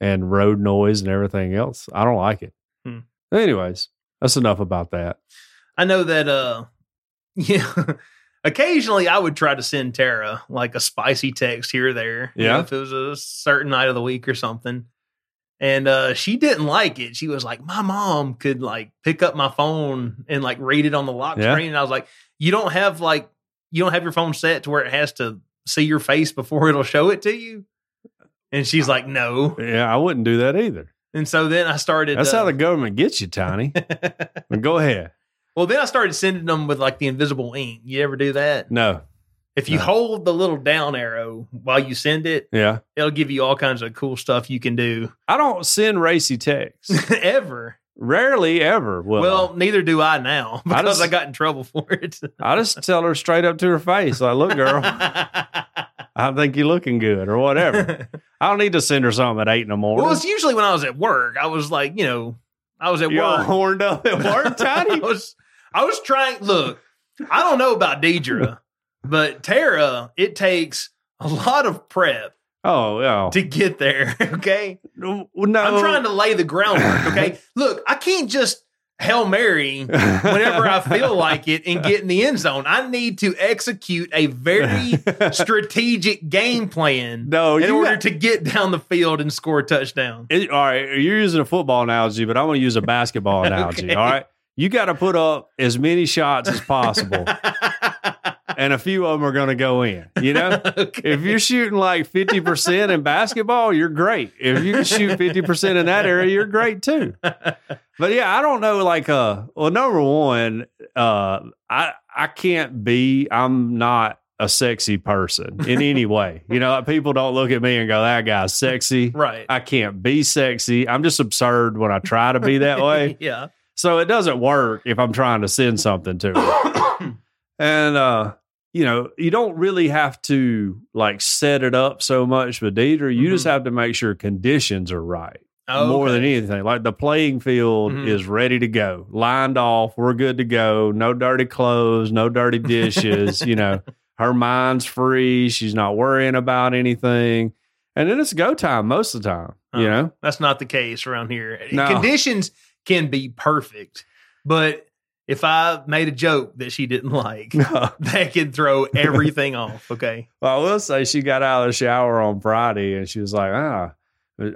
and road noise and everything else. I don't like it.
Hmm.
Anyways, that's enough about that.
I know that. Uh, yeah. Occasionally, I would try to send Tara like a spicy text here or there. you
Yeah.
know, if it was a certain night of the week or something, and uh, she didn't like it. She was like, "My mom could like pick up my phone and like read it on the lock
Yeah.
screen," and I was like, "You don't have like you don't have your phone set to where it has to see your face before it'll show it to you." And she's like, "No."
Yeah, I wouldn't do that either.
And so then I started.
That's
uh,
how the government gets you, Tiny. But go ahead.
well, then I started sending them with like the invisible ink. You ever do that?
No.
If you
No.
hold the little down arrow while you send it,
Yeah.
it'll give you all kinds of cool stuff you can do.
I don't send racy texts.
Ever.
Rarely ever will.
Well,
I.
neither do I now because I,
just-
got in trouble for it.
I just tell her straight up to her face, like, look, girl, I think you're looking good or whatever. I don't need to send her something at eight in the morning.
well, it's usually when I was at work. I was like, you know, I was at
you're all
work.
horned up at work,
I
Tiny.
was I was trying look, I don't know about Deidre, but Tara, it takes a lot of prep
Oh, yeah.
to get there. Okay.
No.
I'm trying to lay the groundwork. Okay. Look, I can't just Hail Mary whenever I feel like it and get in the end zone. I need to execute a very strategic game plan
No,
in
you
order
got-
to get down the field and score a touchdown.
It, all right, you're using a football analogy, but I'm going to use a basketball analogy. All right, you got to put up as many shots as possible, and a few of them are going to go in. You know,
okay.
if you're shooting like 50 percent in basketball, you're great. If you can shoot 50 percent in that area, you're great too. But yeah, I don't know. Like, uh, well, number one, uh, I I can't be. I'm not a sexy person in any way. You know, people don't look at me and go, "That guy's sexy."
Right.
I can't be sexy. I'm just absurd when I try to be that way.
yeah.
So it doesn't work if I'm trying to send something to her. And uh you know, you don't really have to like set it up so much with either. You just
Mhm.
have to make sure conditions are right
Oh,
more than
okay.
anything. Like the playing field
Mhm.
is ready to go, lined off. We're good to go. No dirty clothes, no dirty dishes. you know, her mind's free. She's not worrying about anything. And then it's go time most of the time. You
Uh-huh.
know,
That's not the case around here.
No.
Conditions can be perfect, but if I made a joke that she didn't like, that could throw everything off. Okay.
Well, I will say she got out of the shower on Friday and she was like, ah,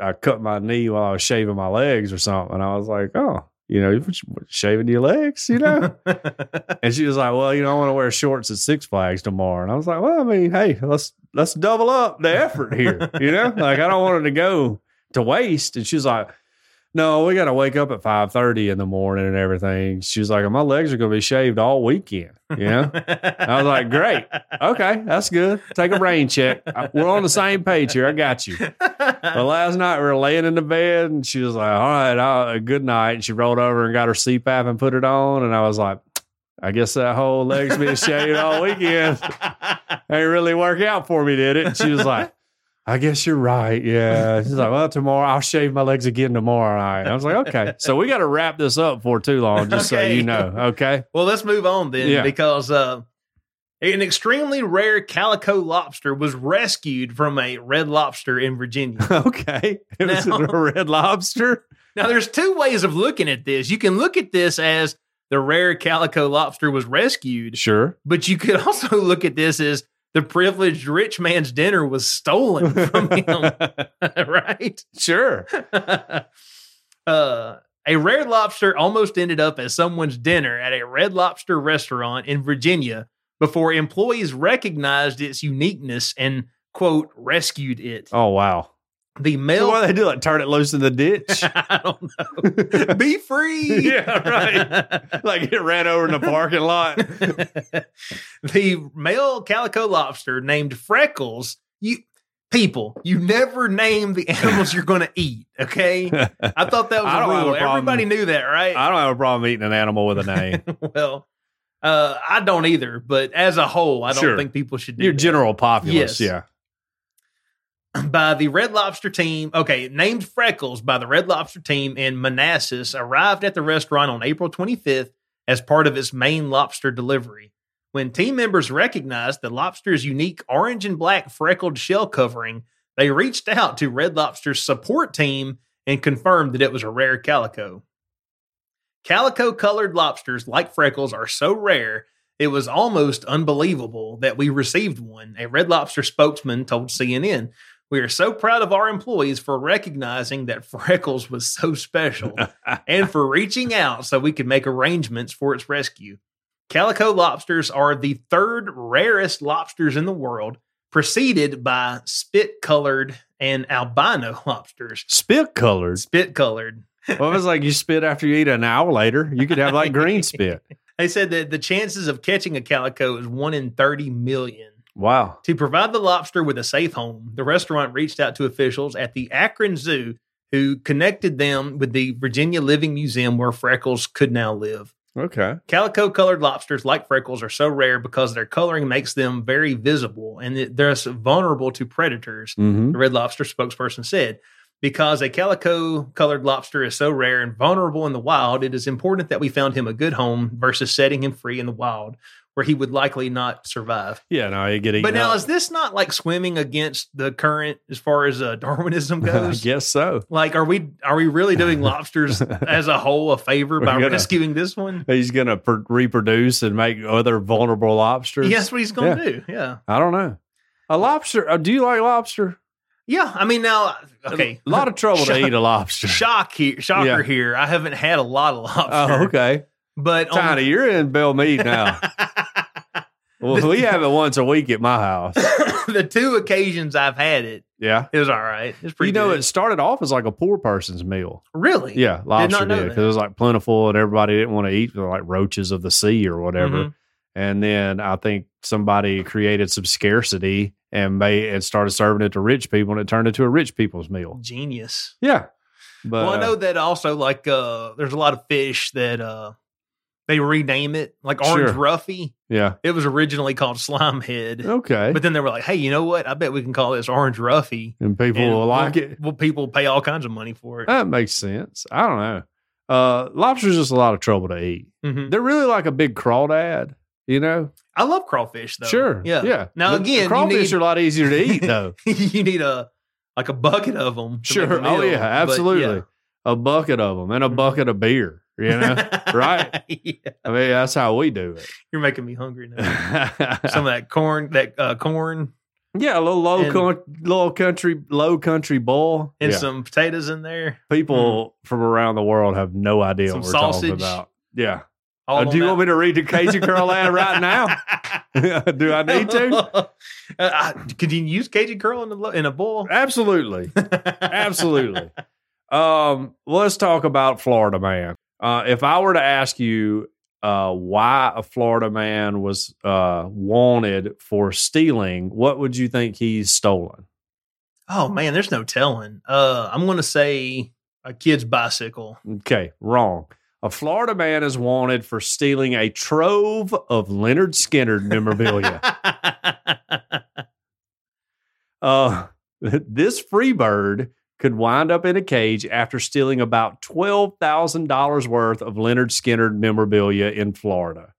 I cut my knee while I was shaving my legs or something. I was like, oh, you know, you were shaving your legs, you know? and she was like, well, you know, I want to wear shorts at Six Flags tomorrow. And I was like, well, I mean, hey, let's let's double up the effort here, you know? like I don't want it to go to waste. And she's like, no, we got to wake up at five thirty in the morning and everything. She was like, my legs are going to be shaved all weekend, you know?
I
was like, great. okay, that's good. Take a rain check. I- We're on the same page here. I got you. But last night we were laying in the bed and she was like, all right, uh, good night. And she rolled over and got her CPAP and put it on. And I was like, I guess that whole legs being shaved all weekend ain't really work out for me, did it? And she was like, I guess you're right. Yeah. She's like, well, tomorrow I'll shave my legs again tomorrow night. I was like, okay. So we got to wrap this up for too long, just so
Okay.
you know. Okay.
Well, let's move on then
Yeah.
because uh, an extremely rare calico lobster was rescued from a red lobster in Virginia.
Okay. It was
Now-
a red lobster.
Now, there's two ways of looking at this. You can look at this as the rare calico lobster was rescued,
Sure.
but you could also look at this as the privileged rich man's dinner was stolen from him, right?
Sure.
uh, a red lobster almost ended up as someone's dinner at a red lobster restaurant in Virginia before employees recognized its uniqueness and, quote, rescued it.
Oh wow.
The
So
male.
what do they do? Like turn it loose in the ditch?
I don't know. Be free.
Yeah,
right.
like it ran over in the parking lot.
the male calico lobster named Freckles. You people, you never name the animals you're going to eat. Okay, I thought that was
I
a
don't have
rule.
a problem.
Everybody knew that, right?
I don't have a problem eating an animal with a name.
well, uh, I don't either. But as a whole, I don't
Sure.
think people should do
Your
that.
general
Yes.
populace, yeah.
by the Red Lobster team. Okay, named Freckles by the Red Lobster team in Manassas arrived at the restaurant on April 25th as part of its main lobster delivery. When team members recognized the lobster's unique orange and black freckled shell covering, they reached out to Red Lobster's support team and confirmed that it was a rare calico. Calico colored lobsters like freckles are so rare, it was almost unbelievable that we received one, a Red Lobster spokesman told CNN. We are so proud of our employees for recognizing that Freckles was so special and for reaching out so we could make arrangements for its rescue. Calico lobsters are the third rarest lobsters in the world, preceded by spit colored and albino lobsters.
Spit colored.
Spit colored.
Well, it's like you spit after you eat an hour later. You could have like green spit.
They said that the chances of catching a calico is 1 in 30 million.
Wow.
To provide the lobster with a safe home, the restaurant reached out to officials at the Akron Zoo who connected them with the Virginia Living Museum where Freckles could now live.
Okay.
Calico colored lobsters like Freckles are so rare because their coloring makes them very visible and that they're thus vulnerable to predators,
Mm-hmm.
the Red Lobster spokesperson said. Because a calico colored lobster is so rare and vulnerable in the wild, it is important that we found him a good home versus setting him free in the wild where he would likely not survive.
Yeah, no, you get eaten.
But now,
up.
is this not like swimming against the current as far as uh, Darwinism
I
goes?
guess so.
Like, are we are we really doing lobsters as a whole a favor
We're
by
gonna-
rescuing this one?
He's gonna pr- reproduce and make other vulnerable lobsters.
Yeah, that's what he's going to do. Yeah,
I don't know. A lobster. uh, Do you like lobster?
yeah. I mean, now, okay,
A lot of trouble
Shut-
to eat a lobster.
shock here, shocker
Yeah.
here. I haven't had a lot of lobster.
Oh, okay.
But on-
Tiny, you're in Bell Mead now. Well, we have it once a week at my house.
the two occasions I've had it,
Yeah.
it was all right. It's pretty.
you know,
good.
it started off as like a poor person's meal.
really
Yeah, lobster
know
did
that.
because it was like plentiful and everybody didn't want to eat. They're like roaches of the sea or whatever.
Mhm.
And then I think somebody created some scarcity and made and started serving it to rich people, and it turned into a rich people's meal.
genius.
Yeah, but
well, I
uh,
know that also like uh there's a lot of fish that uh they rename it like Orange
Sure.
Ruffy.
Yeah.
It was originally called Slime Head,
Okay.
but then they were like, hey, you know what? I bet we can call this Orange Ruffy.
and people
And
will like
we'll-
it. Uh,
Well, people pay all kinds of money for it.
That makes sense. I don't know. Uh, lobster's just a lot of trouble to eat.
Mhm.
They're really like a big crawdad, you know?
I love crawfish though.
sure.
yeah,
Yeah.
Now,
But
again, you
crawfish
need-
are a lot easier to eat, though.
you need a like a bucket of them.
sure. Oh, yeah. Absolutely. A bucket of them and a
Mhm.
bucket of beer, you know? Right.
Yeah.
I mean, that's how we do
You're making me hungry now.
it.
Some of that corn, that uh, corn,
yeah. A little low,
And-
coun- little country, low country bowl.
and
Yeah.
some potatoes in there.
People from around the world have no idea
Some
what we're
sausage.
talking about. Yeah.
All
Uh, do you want me to read the Cajun Curl ad right now? do I need to?
Uh, Could you use Cajun curl in a lo- in a bowl?
Absolutely. Absolutely. Um, let's talk about Florida Man. Uh, if I were to ask you uh, why a Florida man was uh, wanted for stealing, what would you think he's stolen?
Oh man, there's no telling. Uh, I'm gonna say a kid's bicycle.
Okay, wrong. A Florida man is wanted for stealing a trove of Leonard Skinner memorabilia. uh, this free bird could wind up in a cage after stealing about $12,000 worth of Leonard Skinner memorabilia in Florida.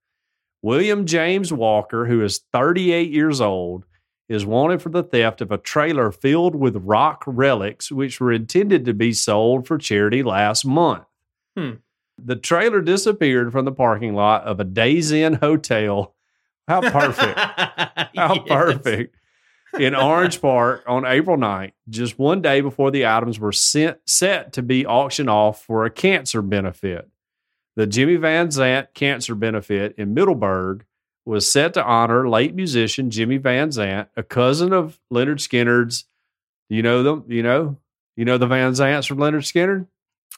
William James Walker, who is 38 years old, is wanted for the theft of a trailer filled with rock relics, which were intended to be sold for charity last month.
Hmm.
The trailer disappeared from the parking lot of a Days Inn hotel. How perfect. How
Yes.
Oh, perfect. In Orange Park on April 9th, just one day before the items were sent, set to be auctioned off for a cancer benefit. The Jimmy Van Zant Cancer Benefit in Middleburg was set to honor late musician Jimmy Van Zant, a cousin of Leonard Skinner's. You know them? You know? You know the Van Zants from Leonard Skinner?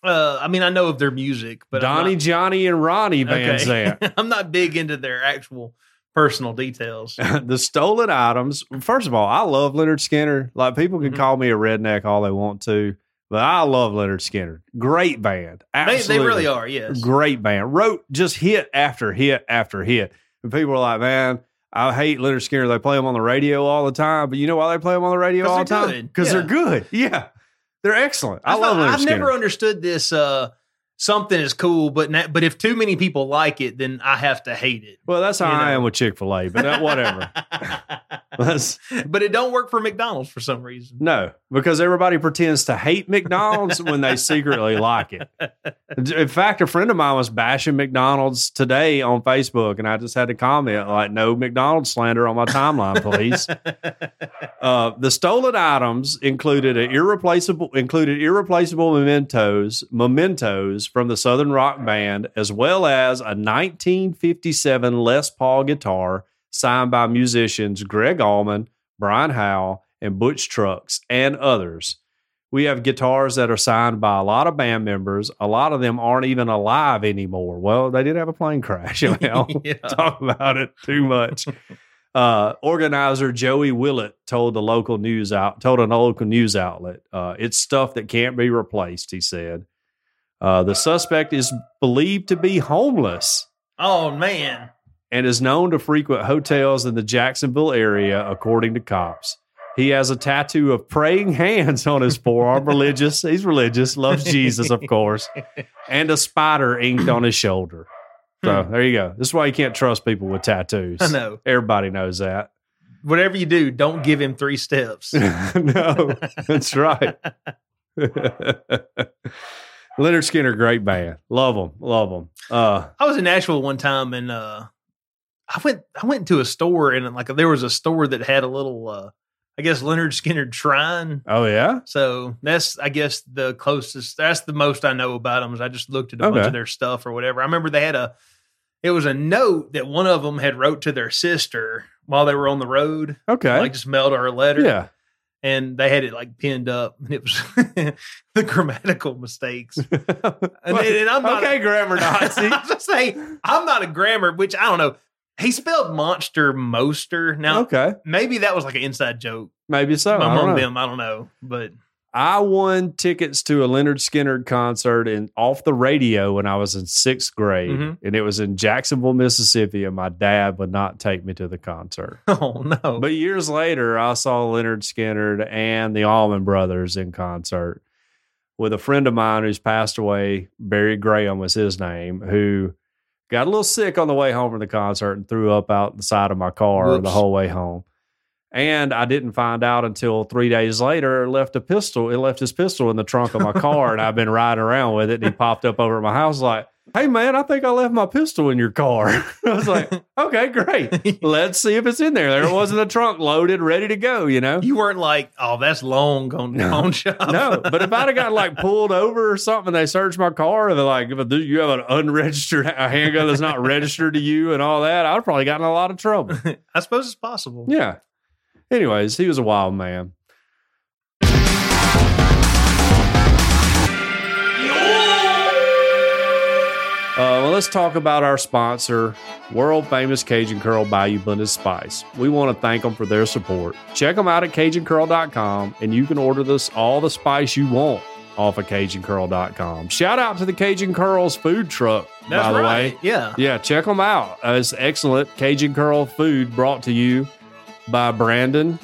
Uh, I mean, I know of their music, but I'm
Donnie,
not-
Johnny, and Ronnie Van
Okay.
Zant.
I'm not big into their actual personal details.
the stolen items. First of all, I love Leonard Skinner. Like people can
Mhm.
call me a redneck all they want to, but I love Leonard Skinner. Great band.
They,
Absolutely.
they really are, yes.
Great band. Wrote just hit after hit after hit. And people are like, man, I hate Leonard Skinner. They play him on the radio all the time. But you know why they play him on the radio
'Cause
all the
they're
time?
good.
Because
Yeah.
they're good. Yeah. They're excellent. I,
That's
love
not-
Leonard
I've
Skinner.
never understood this. Uh, something is cool, but na- but if too many people like it, then I have to hate it.
well, that's how
you
I
know.
am with Chick fil A, but that, whatever. That's-
but it don't work for McDonald's for some reason.
No, because everybody pretends to hate McDonald's when they secretly like it. In fact, a friend of mine was bashing McDonald's today on Facebook, and I just had to comment like, "No McDonald's slander on my timeline, please." uh, the stolen items included a irreplaceable included irreplaceable mementos mementos from the Southern Rock Band, as well as a 1957 Les Paul guitar signed by musicians Greg Allman, Brian Howe, and Butch Trucks, and others. We have guitars that are signed by a lot of band members. A lot of them aren't even alive anymore. Well, they did have a plane crash. I mean, I don't
Yeah.
talk about it too much. Uh, organizer Joey Willett told the local news out told an local news outlet, uh, "It's stuff that can't be replaced." He said. Uh, the suspect is believed to be homeless
Oh man,
and is known to frequent hotels in the Jacksonville area, according to cops. He has a tattoo of praying hands on his forearm. religious, he's religious, loves Jesus, of course, and a spider inked on his shoulder. So there you go. This is why you can't trust people with tattoos.
Hmm. I know.
Everybody knows that.
Whatever you do, don't give him three steps.
no, that's right. Leonard Skinner, great band. Love them. Love them. Uh,
I was in Nashville one time and uh I went I went to a store and like there was a store that had a little uh I guess Leonard Skinner shrine.
oh, yeah.
So that's I guess the closest that's the most I know about them is I just looked at a bunch
Okay.
of their stuff or whatever. I remember they had a it was a note that one of them had wrote to their sister while they were on the road.
Okay.
Like just mailed her a letter.
yeah.
And they had it like pinned up and it was the grammatical mistakes. And, and I'm not
okay, grammar Nazi.
I was just saying, I'm not a grammar, which I don't know. He spelled monster moster. Now,
okay. Oh,
maybe that was like an inside joke
Maybe so. I don't
among
know.
them. I don't know, but
I won tickets to a Leonard Skinner concert and off the radio when I was in sixth grade,
Mhm.
and it was in Jacksonville, Mississippi, and my dad would not take me to the concert.
Oh no.
But years later, I saw Leonard Skinner and the Allman Brothers in concert with a friend of mine who's passed away. Barry Graham was his name, who got a little sick on the way home from the concert and threw up out the side of my car the
Whoops.
whole way home. And I didn't find out until three days later. Left a pistol. It left his pistol in the trunk of my car, and I've been riding around with it. And he popped up over at my house like, "Hey man, I think I left my pistol in your car." I was like, "Okay, great." let's see if it's in there. There it was in the trunk, loaded, ready to go, you know?
you weren't like, oh, that's long gone
No.
gone shop.
No, but if I'd have got like pulled over or something, they searched my car and they're like, "But do you have an unregistered a handgun that's not registered to you and all that, I'd probably gotten in a lot of trouble.
I suppose it's possible.
Yeah. Anyways, he was a wild man. Uh, well, let's talk about our sponsor, world famous Cajun Curl Bayou Blended Spice. We want to thank them for their support. Check them out at CajunCurl.com and you can order this all the spice you want off of CajunCurl.com. Shout out to the Cajun Curls food truck,
That's
by the way.
right. Yeah.
Yeah, check them out. Uh, it's excellent Cajun Curl food brought to you by Brandon.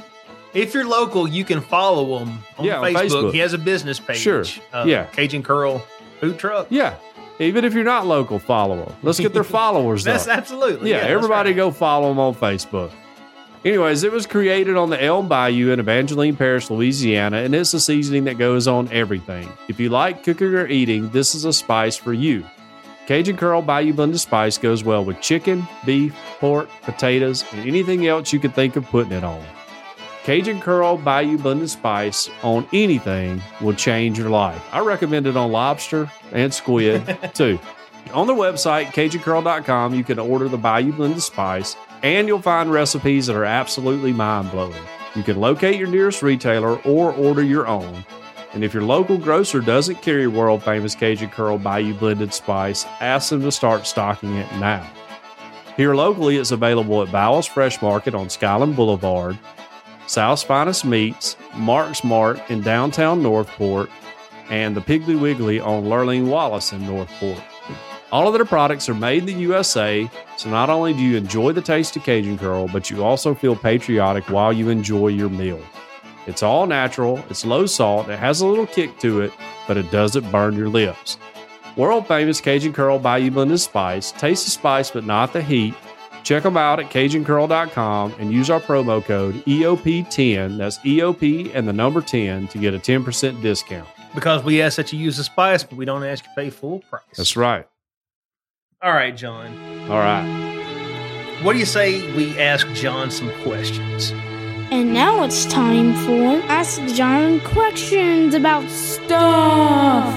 If you're local, you can follow him on,
Yeah, on
Facebook.
Facebook.
He has a business page.
Sure.
Uh,
Yeah.
Cajun Curl Food Truck.
Yeah, even if you're not local, follow them. Let's get their followers up.
That's absolutely.
yeah,
that's
everybody
right.
go follow them on Facebook. Anyways, it was created on the Elm Bayou in Evangeline Parish, Louisiana, and it's a seasoning that goes on everything. If you like cooking or eating, this is a spice for you. Cajun Curl Bayou Blended Spice goes well with chicken, beef, pork, potatoes, and anything else you could think of putting it on. Cajun Curl Bayou Blended Spice on anything will change your life. I recommend it on lobster and squid too. On their website, CajunCurl.com, you can order the Bayou Blended Spice and you'll find recipes that are absolutely mind blowing. You can locate your nearest retailer or order your own. And if your local grocer doesn't carry world famous Cajun Curl Bayou Blended Spice, ask them to start stocking it now. Here locally, it's available at Bowles Fresh Market on Skyland Boulevard, South's Finest Meats, Mark's Mart in downtown Northport, and the Piggly Wiggly on Lurleen Wallace in Northport. All of their products are made in the USA, so not only do you enjoy the taste of Cajun Curl, but you also feel patriotic while you enjoy your meal. It's all natural, it's low salt, it has a little kick to it, but it doesn't burn your lips. World famous Cajun Curl Bayou Blended Spice. Taste the spice, but not the heat. Check them out at CajunCurl.com and use our promo code E EOP10, that's EOP and the number 10, to get a 10% discount.
because we ask that you use the spice, but we don't ask you to pay full price.
right.
All right, John.
All right.
What do you say we ask John some questions?
And now it's time for Ask John questions about stuff.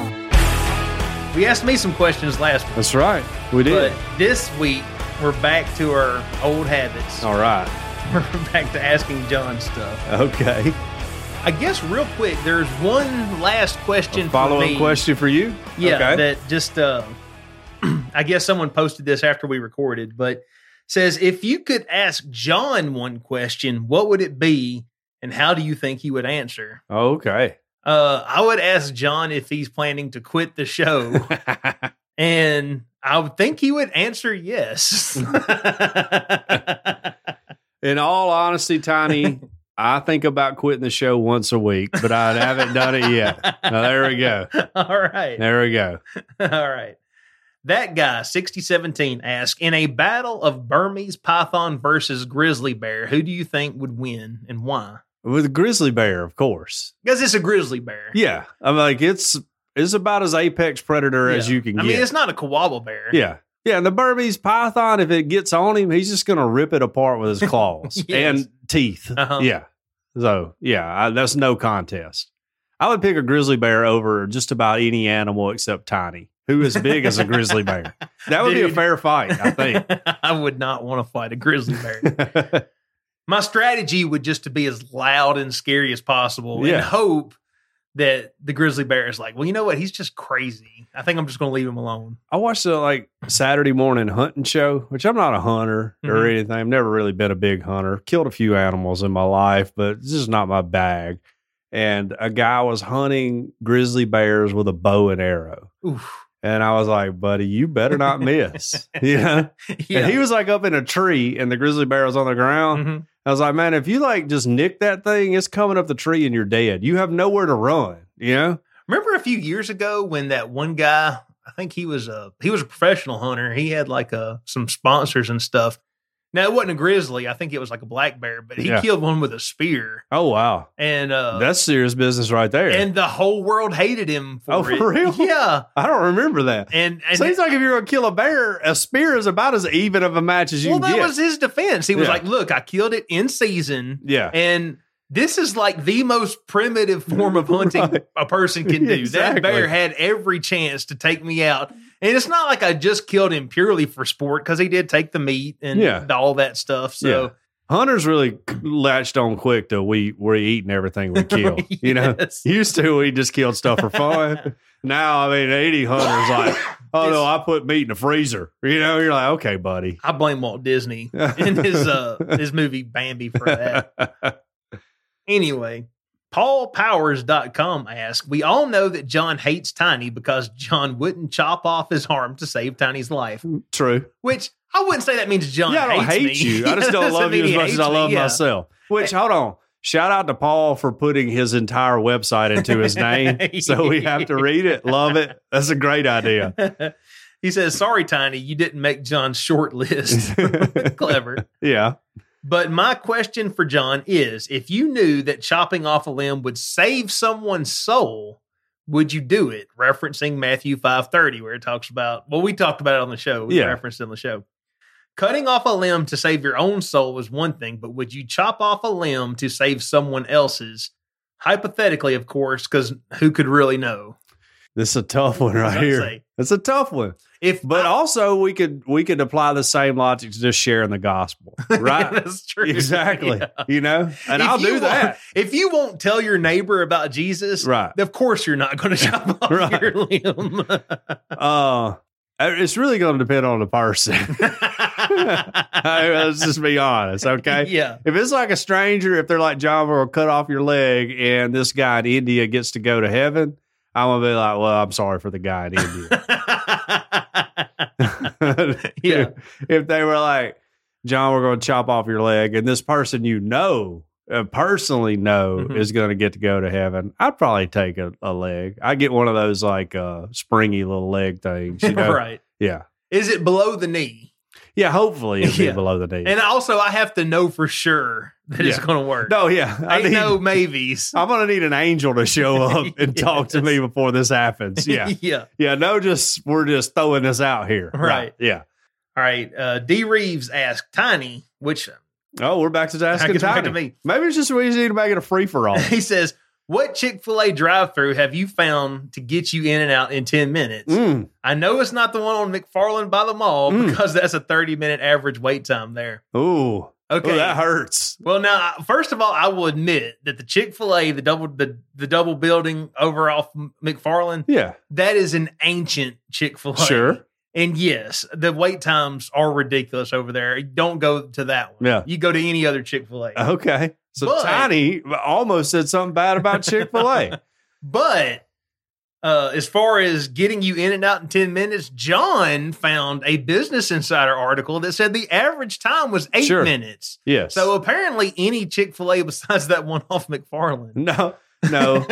We asked me some questions last week,
That's right. We
but
did.
this week we're back to our old habits.
All right.
We're back to asking John stuff.
Okay.
I guess real quick, there's one last question.
A
for
follow-up
me.
question for you?
Yeah,
Okay.
that just uh, I guess someone posted this after we recorded, but says if you could ask John one question, what would it be, and how do you think he would answer?
Okay.
Uh, I would ask John if he's planning to quit the show, and I would think he would answer yes.
In all honesty, Tiny, I think about quitting the show once a week, but I haven't done it yet. Now, there we go.
All right.
There we go.
All right. That guy, 6017, asks In a battle of Burmese python versus grizzly bear, who do you think would win and why?
With grizzly bear, of course.
Because it's a grizzly bear.
Yeah, I'm like it's it's about as apex predator
Yeah.
as you can
I
get.
mean, it's not a koala bear.
yeah, yeah. And the Burmese python, if it gets on him, he's just gonna rip it apart with his claws
Yes.
and teeth.
Uh-huh.
Yeah. So yeah, I, that's no contest. I would pick a grizzly bear over just about any animal except Tiny, who is big as a grizzly bear. That would be a
Dude.
fair fight, I think.
I would not want to fight a grizzly bear. My strategy would just to be as loud and scary as possible
Yeah.
and hope that the grizzly bear is like, well, you know what? He's just crazy. I think I'm just going to leave him alone.
I watched the like Saturday morning hunting show, which I'm not a hunter or
Mhm.
anything. I've never really been a big hunter. Killed a few animals in my life, but this is not my bag. and a guy was hunting grizzly bears with a bow and arrow.
Oof.
And I was like, buddy, you better not miss. you know?
Yeah.
And he was like up in a tree and the grizzly bear was on the ground.
Mhm.
I was like, man, if you like just nick that thing, it's coming up the tree and you're dead. You have nowhere to run. You know?
Remember a few years ago when that one guy, I think he was a he was a professional hunter. He had like a some sponsors and stuff. Now it wasn't a grizzly. I think it was like a black bear, but he
Yeah.
killed one with a spear.
Oh wow.
And uh
That's serious business right there.
and the whole world hated him for
Oh,
it.
for real?
Yeah.
I don't remember that.
And and
Seems like if you're gonna kill a bear, a spear is about as even of a match as you
well,
can
that
get.
was his defense. He was
Yeah.
like, "Look, I killed it in season,
yeah.
and this is like the most primitive form of hunting
Right.
a person can do.
Exactly.
That bear had every chance to take me out, and it's not like I just killed him purely for sport because he did take the meat and
Yeah.
all that stuff. So,
Hunters really latched on quick to we we're eating everything we kill. You know,
Yes.
used to we just killed stuff for fun. now I mean, eighty hunters like, oh no, I put meat in the freezer. You know, you're like, okay, buddy.
I blame Walt Disney in his uh his movie Bambi for that. Anyway, PaulPowers.com asks, We all know that John hates Tiny because John wouldn't chop off his arm to save Tiny's life,
True.
which I wouldn't say that means John
yeah, I don't
hates
hate
me.
you. I just don't
Doesn't
love you
mean
as
he
much as
hates
I love
me, yeah.
myself. Which hold on. Shout out to Paul for putting his entire website into his name. so we have to read it. Love it. That's a great idea.
he says, Sorry, Tiny, you didn't make John's short list. Clever.
yeah.
But my question for John is if you knew that chopping off a limb would save someone's soul, would you do it? Referencing Matthew 5:30, where it talks about well, we talked about it on the show. We
Yeah.
referenced it on the show. Cutting off a limb to save your own soul is one thing, but would you chop off a limb to save someone else's? Hypothetically, of course, because who could really know?
This is a tough one right
I'd
here.
say.
It's a tough one.
If
But
I-
also we could we could apply the same logic to just sharing the gospel. Right.
that's true.
exactly.
Yeah.
You know? And
If
I'll
you
do that.
won't- If you won't tell your neighbor about Jesus,
Right.
of course you're not going to chop off
Right.
your limb.
Uh it's really gonna depend on the person. I- Let's just be honest, okay?
Yeah.
If it's like a stranger, if they're like John will cut off your leg and this guy in India gets to go to heaven, I'm gonna be like, Well, I'm sorry for the guy in India.
Yeah.
If they were like, John, we're going to chop off your leg, and this person you know, uh, personally know,
Mhm.
is going to get to go to heaven, I'd probably take a, a leg. I get one of those like uh, springy little leg things. You know?
right.
Yeah.
Is it below the knee?
Yeah. Hopefully it'll
Yeah.
be below the knee.
And also, I have to know for sure that it's
Yeah.
going to work.
no, yeah.
I
I need,
know maybes.
I'm going to need an angel to show up and talk to
Yes.
me before this happens. Yeah.
yeah.
Yeah. No, just we're just throwing this out here.
Right.
Yeah.
All right. Uh, D. Reeves asked Tiny, which
Oh, we're back to
I
asking
guess back
time.
to me.
Maybe it's just we just need to make it a free for all.
he says, What Chick fil A drive through have you found to get you in and out in 10 minutes?
Mm.
I know it's not the one on McFarland by the mall
Mm.
because that's a 30 minute average wait time there.
Ooh.
Okay.
Ooh, that hurts.
Well, now, first of all, I will admit that the Chick Fil A, the double, the, the double building over off M- McFarland,
Yeah.
that is an ancient Chick Fil A.
Sure.
And yes, the wait times are ridiculous over there. Don't go to that one.
Yeah.
you go to any other Chick Fil A.
Okay. So
But-
Tiny almost said something bad about Chick fil A.
But uh, as far as getting you in and out in 10 minutes, John found a Business Insider article that said the average time was eight
Sure.
minutes.
yes.
So uh, apparently, any Chick fil A besides that one off McFarland.
no, no.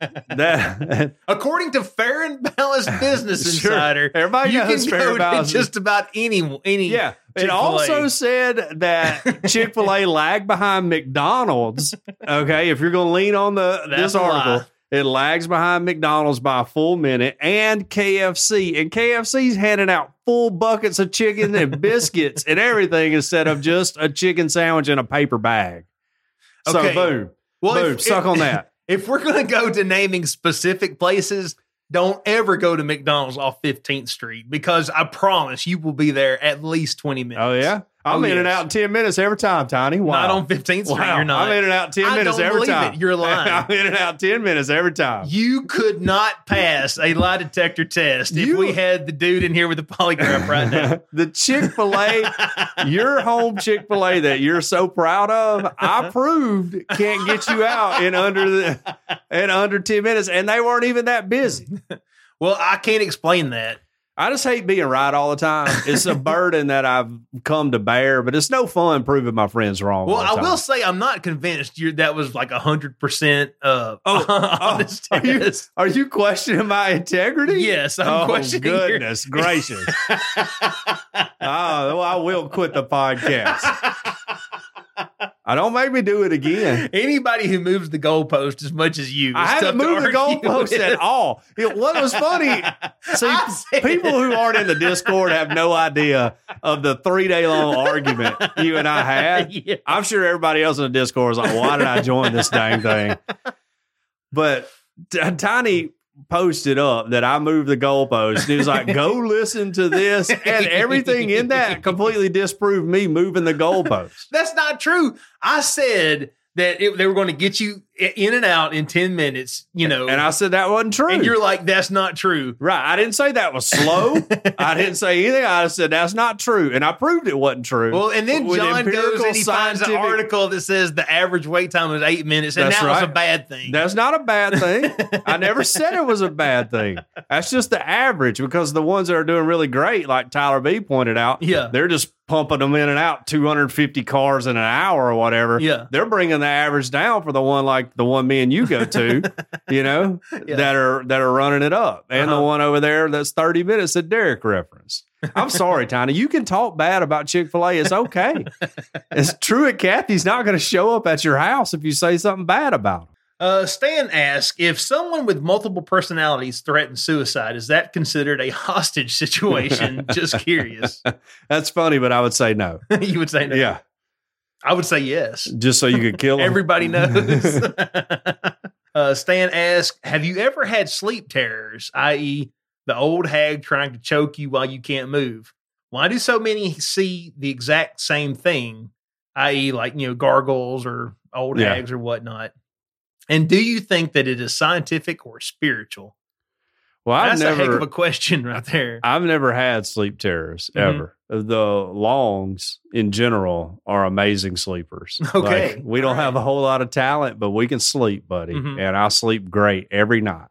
That
According to Fair and Balanced Business
Sure.
Insider,
everybody
you
knows
can
fair
go to
about
just about any, any
yeah. It
Chick-fil-A.
also said that Chick fil A lagged behind McDonald's. Okay, if you're gonna lean on the
That's
this
a
article. It lags behind McDonald's by a full minute and KFC. And KFC's handing out full buckets of chicken and biscuits and everything instead of just a chicken sandwich in a paper bag. So
Okay.
boom.
Well,
boom, suck on that.
If we're going to go to naming specific places, don't ever go to McDonald's off 15th Street because I promise you will be there at least 20 minutes.
Oh yeah. I'm
Oh,
in and
yes.
out in 10 minutes every time, Tiny. Wow.
Not on 15th Street.
Wow.
You're not.
I'm in and out 10
I
minutes
don't
every
believe
time.
it. You're lying.
I'm in and out 10 minutes every time.
you could not pass a lie detector test if
You-
we had the dude in here with the polygraph right now.
the Chick fil A, your home Chick fil A that you're so proud of, I proved can't get you out in under the in under 10 minutes. And they weren't even that busy.
well, I can't explain that.
I just hate being right all the time. It's a burden that I've come to bear, but it's no fun proving my friends wrong.
Well,
all the
I
time.
will say I'm not convinced you that was like hundred percent uh
Oh, oh,
honest
are you-
test.
Are you questioning my integrity?
Yes, I'm
oh,
questioning your-
goodness gracious. oh, well, I will quit the podcast. I don't make me do it again.
Anybody who moves the goalpost as much as you,
I
is
haven't
tough to
moved the
argue
goalpost
with.
at all. You know, what was funny, see,
I said-
people who aren't in the Discord have no idea of the three day long argument you and I had.
Yeah.
I'm sure everybody else in the Discord is like, why did I join this dang thing? But T- Tiny posted up that I moved the goalpost. And he was like, go listen to this. And everything in that completely disproved me moving the goalpost.
That's not true. I said that it, they were going to get you i- in and out in ten minutes. You know,
And I said, that wasn't true.
and you're like, that's not true.
right. I didn't say that was slow. I didn't say anything. I just said, that's not true. And I proved it wasn't true.
Well, and then
With
John goes
empirical
and he finds an
scientific-
article that says the average wait time was eight minutes, and
That's
that was a
right.
bad thing.
That's not a bad thing. I never said it was a bad thing. That's just the average because the ones that are doing really great, like Tyler B pointed out,
Yeah.
they're just pumping them in and out 250 cars in an hour or whatever.
Yeah.
They're bringing the average down for the one like the one me and you go to, you know,
Yeah.
that are that are running it up. And
Uh-huh.
the one over there that's 30 minutes that Derek referenced. I'm sorry, Tiny. You can talk bad about Chick fil A. It's okay. it's true. At Kathy's not going to show up at your house if you say something bad about him.
Uh, Stan asks if someone with multiple personalities threatens suicide, is that considered a hostage situation? Just curious.
That's funny, but I would say no.
you would say no.
Yeah,
I would say yes.
just so you could kill him.
Everybody knows. uh, Stan asks, have you ever had sleep terrors, i.e., the old hag trying to choke you while you can't move? Why do so many see the exact same thing, i.e., like, you know, gargoyles or old
Yeah.
hags or whatnot? And do you think that it is scientific or spiritual?
well, I've
That's a heck of a
never,
question right there.
i I've never had sleep terrors
Mhm.
ever. The longs in general are amazing sleepers.
Okay.
Like, we don't have a whole lot of talent, but we can sleep, buddy,
Mhm.
and I sleep great every night.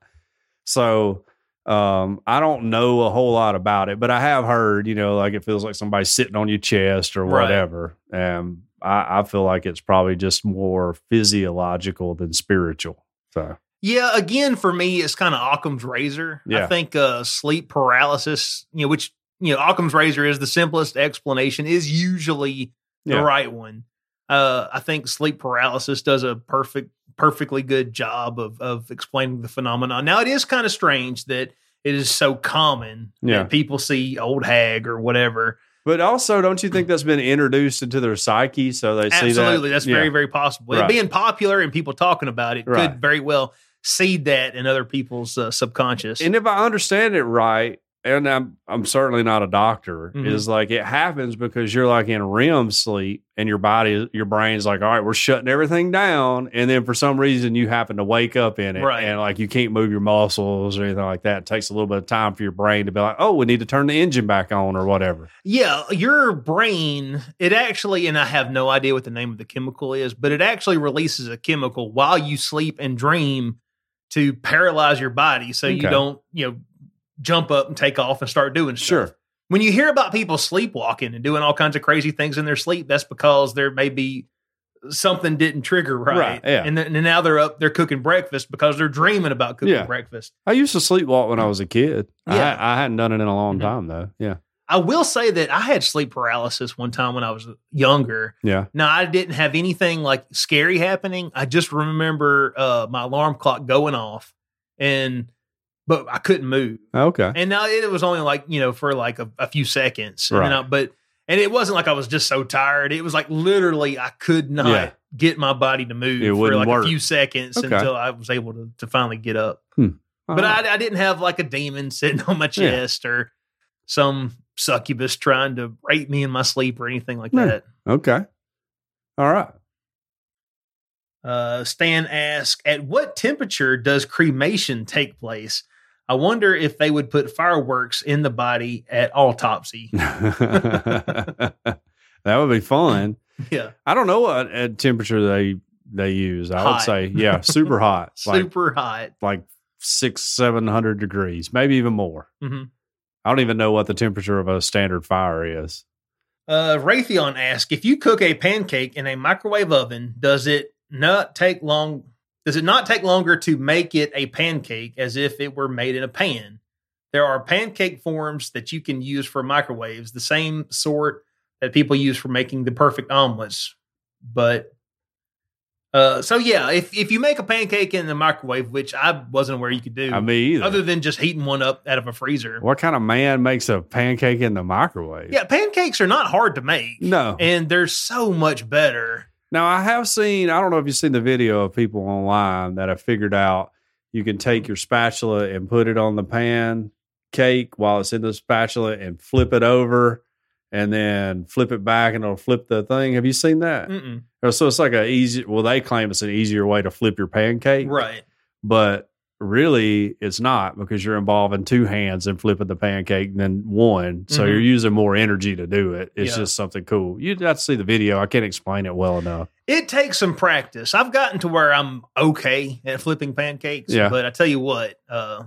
So. Um, I don't know a whole lot about it, but I have heard, you know, like it feels like somebody's sitting on your chest or
Right.
whatever. Um, I, I feel like it's probably just more physiological than spiritual. So
Yeah, again, for me, it's kind of Occam's razor. I
Yeah.
think uh, sleep paralysis, you know, which you know, Occam's razor is the simplest explanation, is usually the
Yeah.
right one. Uh, I think sleep paralysis does a perfect, perfectly good job of of explaining the phenomenon. Now, it is kind of strange that it is so common
Yeah.
that people see old hag or whatever.
But also, don't you think that's been introduced into their psyche? So they see that.
Absolutely, that's very,
Yeah.
very possible. It
Right.
being popular and people talking about it
Right.
could very well seed that in other people's uh, subconscious.
And if I understand it right, and I'm I'm certainly not a doctor,
Mhm.
is like it happens because you're like in REM sleep, and your body, your brain's like, all right, we're shutting everything down, and then for some reason you happen to wake up in it,
Right.
and like you can't move your muscles or anything like that. It takes a little bit of time for your brain to be like, oh, we need to turn the engine back on or whatever.
Yeah, your brain, it actually, and I have no idea what the name of the chemical is, but it actually releases a chemical while you sleep and dream to paralyze your body so you
Okay.
don't, you know, jump up and take off and start doing stuff.
Sure.
When you hear about people sleepwalking and doing all kinds of crazy things in their sleep, that's because there may be something didn't trigger right.
Right, yeah.
And then and now they're up, they're cooking breakfast because they're dreaming about cooking
Yeah.
breakfast.
I used to sleepwalk when I was a kid.
Mm. Yeah.
I, I hadn't done it in a long
Mhm.
time though. Yeah.
I will say that I had sleep paralysis one time when I was younger.
Yeah.
No, I didn't have anything like scary happening. I just remember uh, my alarm clock going off, and but I couldn't move.
Okay.
And now it was only like you know for like a, a few seconds,
Right.
you know. But and it wasn't like I was just so tired. It was like literally I could not
Yeah.
get my body to move
It
for
wouldn't
like
work.
a few seconds
Okay.
until I was able to, to finally get up.
All
But
right.
I, I didn't have like a demon sitting on my
Yeah.
chest or some succubus trying to rape me in my sleep or anything like
No.
that.
Okay. All right.
Uh, Stan asks, at what temperature does cremation take place? I wonder if they would put fireworks in the body at autopsy.
that would be fun.
yeah.
I don't know what uh, temperature they they use. I
Hot.
would say, yeah, super hot, like
Super hot.
like six, seven hundred degrees, maybe even more.
Mhm.
I don't even know what the temperature of a standard fire is.
Uh, Raytheon asks, if you cook a pancake in a microwave oven, does it not take long? Does it not take longer to make it a pancake as if it were made in a pan? There are pancake forms that you can use for microwaves, the same sort that people use for making the perfect omelets. But uh, so yeah, if if you make a pancake in the microwave, which I wasn't aware you could do,
I mean, either.
other than just heating one up out of a freezer.
what kind of man makes a pancake in the microwave?
Yeah, pancakes are not hard to make.
No.
and they're so much better.
Now I have seen. I don't know if you've seen the video of people online that have figured out you can take your spatula and put it on the pan cake while it's in the spatula and flip it over, and then flip it back and it'll flip the thing. Have you seen that?
Mm-mm.
Or So it's like a easy. Well, they claim it's an easier way to flip your pancake,
Right.
but really it's not because you're involving two hands in flipping the pancake than one so
Mhm.
you're using more energy to do it it's
Yeah.
just something cool you'd have to see the video i can't explain it well enough
It takes some practice. I've gotten to where I'm okay at flipping pancakes.
Yeah.
But I tell you what, uh,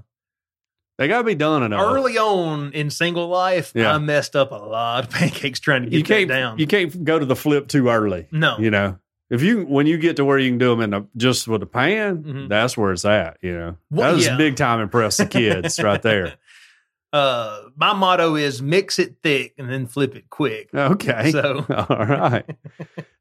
they gotta be done enough
early on in single life,
Yeah.
I messed up a lot of pancakes trying to get
you can't
that down.
you can't go to the flip too early.
no.
You know, if you when you get to where you can do them in a, just with a pan,
Mhm.
that's where it's at. You know,
Well,
that was
yeah.
big time impress the kids right there.
Uh, my motto is mix it thick and then flip it quick.
Okay,
So-
all right.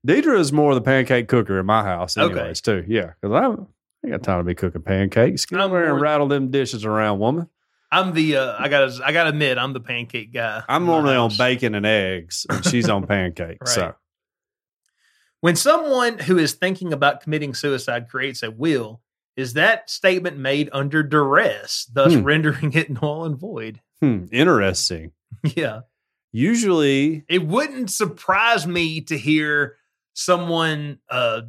Deidre is more the pancake cooker in my house,
Okay.
anyways. Too, yeah, because I ain't got time to be cooking pancakes. Get
I'm
over here and
more-
rattle them dishes around, woman.
I'm the uh, I gotta I gotta admit I'm the pancake guy.
I'm
in my
normally on
house.
bacon and eggs, and she's on pancakes.
Right.
So
When someone who is thinking about committing suicide creates a will, is that statement made under duress, thus
Hmm.
rendering it null and void?
hmm, interesting.
Yeah.
Usually,
It wouldn't surprise me to hear someone uh,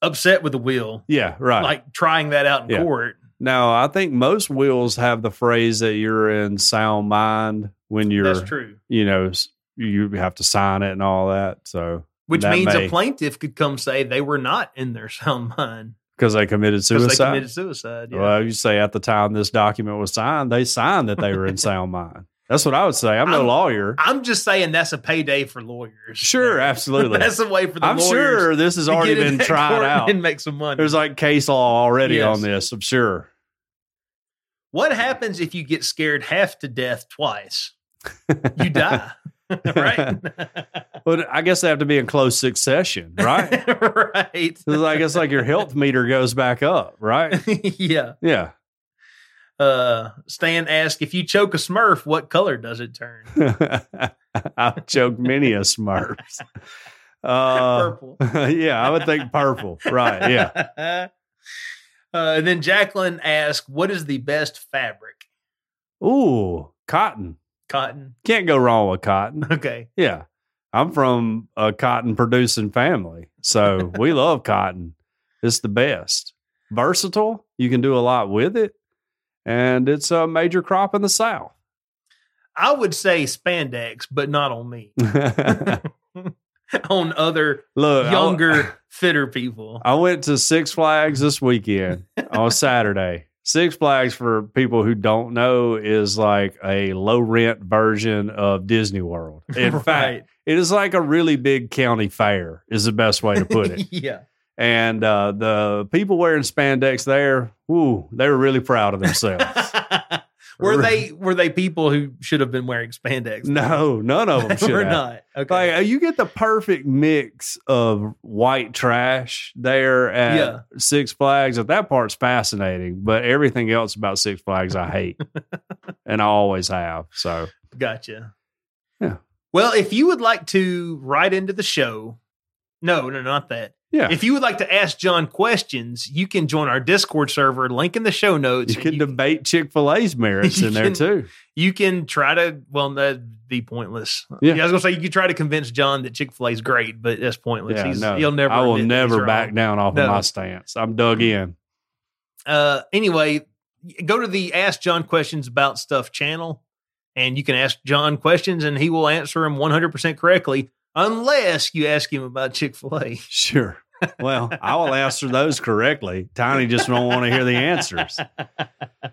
upset with the will,
yeah, right.
like trying that out in
Yeah.
court.
No, I think most wills have the phrase that you're in sound mind when you're,
That's true.
you know, s- you have to sign it and all that. So,
Which
That
means a
may-
plaintiff could come say they were not in their sound mind
because they committed
because they
suicide.
committed suicide. Yeah.
Well, you say at the time this document was signed, they signed that they were in sound mind. That's what I would say. I'm no
I'm-
lawyer.
I'm just saying that's a payday for lawyers.
sure, absolutely.
that's a way for the
I'm
lawyers
sure this has
to get
already
in
been
that
tried
court
out.
and make some money.
There's like case law already
Yes.
on this, I'm sure.
What happens if you get scared half to death twice? You die, right?
But I guess they have to be in close succession, right?
right.
It's like it's like your health meter goes back up, right?
yeah.
Yeah.
Uh, Stan asked if you choke a Smurf, what color does it turn?
I've choked many a Smurfs. Uh,
Purple.
yeah, I would think purple. Right. Yeah.
uh, and then Jacqueline asked, "What is the best fabric?
Ooh, cotton.
Cotton?
Can't go wrong with cotton.
Okay,
Yeah. I'm from a cotton producing family. So we love cotton. It's the best. Versatile. You can do a lot with it. And it's a major crop in the South.
I would say spandex, but not on me. on other
Look, I-
younger, fitter people.
I went to Six Flags this weekend on Saturday. Six Flags, for people who don't know, is like a low rent version of Disney World. In fact,
Right.
it is like a really big county fair, is the best way to put it.
yeah,
and uh, the people wearing spandex there, woo, they were really proud of themselves.
were they were they people who should have been wearing spandex?
no, none of them
they
should
were
have.
not. Okay,
Like uh, you get the perfect mix of white trash there at
Yeah.
Six Flags. At that part's fascinating, but everything else about Six Flags I hate, and I always have. So
gotcha.
Yeah.
Well, if you would like to write into the show No, no, not that.
Yeah.
If you would like to ask John questions, you can join our Discord server. Link in the show notes.
you could
you,
debate Chick Fil A's merits
You
in there
can-
too.
you can try to. Well, that'd be pointless.
Yeah.
I was gonna say you could try to convince John that Chick Fil A is great, but that's pointless.
Yeah,
He's,
no,
he'll never.
I will
admit that he's
never
wrong.
back down off
No.
of my stance. I'm dug in.
Uh, anyway, go to the Ask John Questions About Stuff channel, and you can ask John questions, and he will answer them 100 percent correctly, unless you ask him about Chick Fil A.
Sure. Well, I will answer those correctly. Tiny just don't want to hear the answers.
All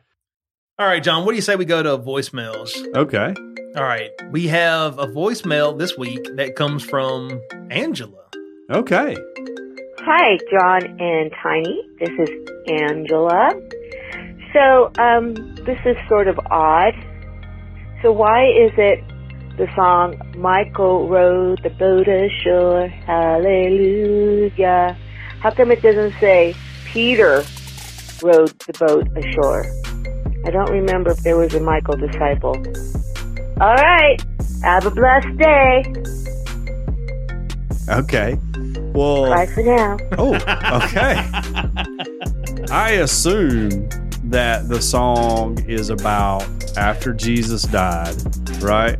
right, John. What do you say we go to voicemails?
Okay.
All right, we have a voicemail this week that comes from Angela.
Okay.
Hi, John and Tiny. This is Angela. So, um, this is sort of odd. So, why is it the song Michael rode the boat ashore? Hallelujah. How come it doesn't say Peter rode the boat ashore? I don't remember if there was a Michael disciple. All right. Have a blessed day.
Okay. Well,
Bye for now.
oh, okay. I assume that the song is about after Jesus died, right?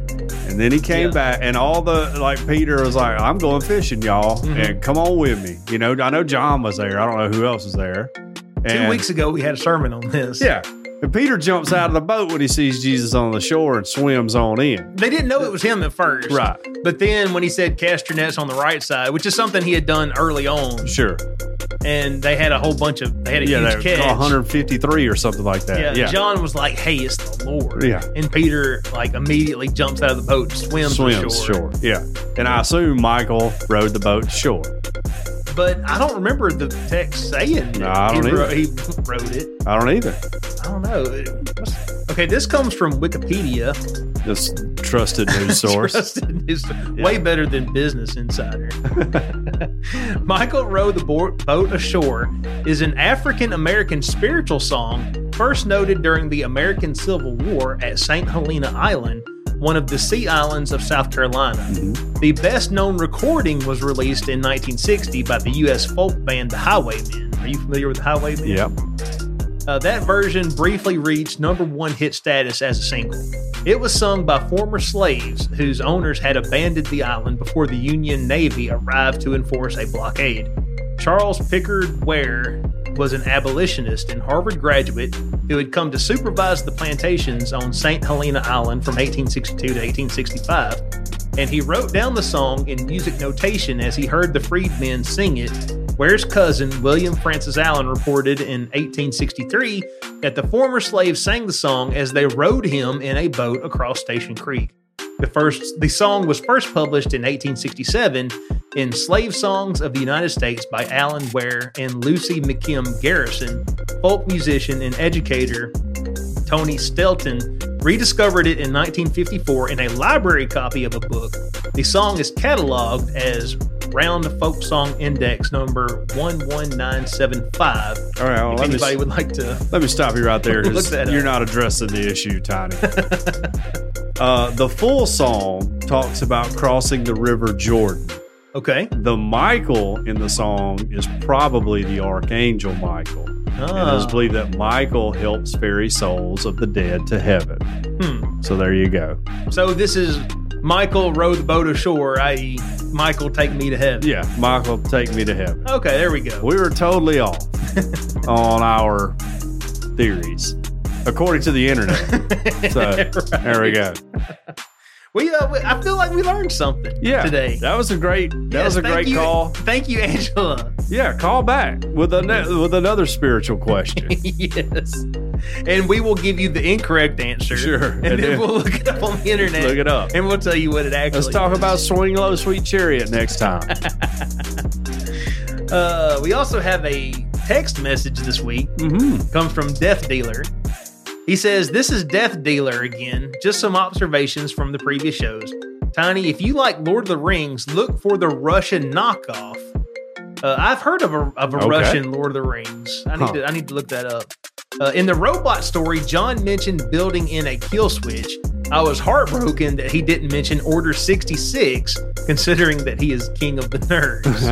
And then he came
Yeah.
back, and all the like Peter was like, I'm going fishing, y'all,
Mhm.
and come on with me. You know, I know John was there. I don't know who else was there.
Two
And-
weeks ago, we had a sermon on this.
Yeah. And Peter jumps out of the boat when he sees Jesus on the shore and swims on in.
They didn't know it was him at first.
Right.
But then when he said cast your nets on the right side, which is something he had done early on,
Sure.
and they had a whole bunch of, they had a
yeah,
huge
they were
catch.
153 or something like
yeah,
that. Yeah.
John was like, hey, it's the Lord.
Yeah.
And Peter, like, immediately jumps out of the boat and swims,
Swims
ashore.
shore. Yeah. And I assume Michael rode the boat shore.
But I don't remember the text saying
No,
that
I don't
he,
either.
wrote, he wrote it.
I don't either.
I don't know. What's- Okay, this comes from Wikipedia.
This trusted news source.
Trusted news- Way better than Business Insider. Michael rowed the Bo- Boat Ashore is an African American spiritual song first noted during the American Civil War at St. Helena Island, one of the sea islands of South Carolina. The best known recording was released in 1960 by the U.S. folk band The Highwaymen. Are you familiar with The Highwaymen?
yep.
Uh, that version briefly reached number one hit status as a single. It was sung by former slaves whose owners had abandoned the island before the Union Navy arrived to enforce a blockade. Charles Pickard Ware was an abolitionist and Harvard graduate who had come to supervise the plantations on St. Helena Island from 1862 to 1865, and he wrote down the song in music notation as he heard the freedmen sing it Ware's cousin, William Francis Allen, reported in 1863 that the former slaves sang the song as they rowed him in a boat across Station Creek. The first the song was first published in 1867 in Slave Songs of the United States by Allen Ware and Lucy McKim Garrison, folk musician and educator Tony Stelton rediscovered it in 1954 in a library copy of a book. The song is cataloged as Round Folk Song Index number 11975.
All right. Well,
If
let, me,
anybody would like to.
let me stop you right there
Look
because
that up.
you're not addressing the issue, Tiny. uh, the full song talks about crossing the River Jordan.
Okay.
The Michael in the song is probably the Archangel Michael. And it is
Ah,
believed that Michael helps ferry souls of the dead to heaven.
hmm.
So there you go.
So this is Michael rowed the boat ashore, i.e., e, Michael, take me to heaven.
Yeah, Michael, take me to heaven.
Okay, there we go.
We were totally off on our theories, according to the internet. So there we go.
We, uh, we- I feel like we learned something
Yeah,
today.
that was a great. That
Yes,
was a
thank
great
you-
call.
Thank you, Angela.
Yeah, call back with a with another spiritual question.
yes. And we will give you the incorrect answer.
Sure.
And,
And
then,
then-
we'll look it up on the internet.
Look it up.
And we'll tell you what it actually
Let's talk about swing low, sweet chariot next time.
is. Uh, we also have a text message this week.
hmm
comes from Death Dealer. He says, This is Death Dealer again. Just some observations from the previous shows. Tiny, if you like Lord of the Rings, look for the Russian knockoff. Uh, I've heard of a, of a
Okay.
Russian Lord of the Rings. I need,
Huh.
to, I need to look that up. Uh, in the robot story, John mentioned building in a kill switch. I was heartbroken that he didn't mention Order 66, considering that he is king of the nerds.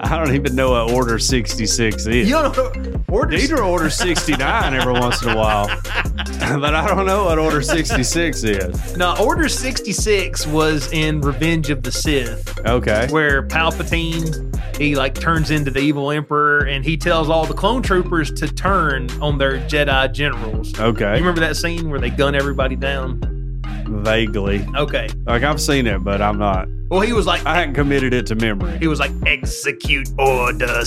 I don't even know what Order 66 is.
you don't know Order
Deidre orders 69 every once in a while, but I don't know what Order 66 is.
Now, Order 66 was in Revenge of the Sith,
Okay.
where Palpatine, he like turns into the evil emperor and he tells all the clone troopers to turn on their Jedi generals. You
Okay.
remember that scene where they gun everybody down?
Vaguely.
Okay.
Like I've seen it, but I'm not.
Well, he was like
I hadn't committed it to memory.
he was like execute order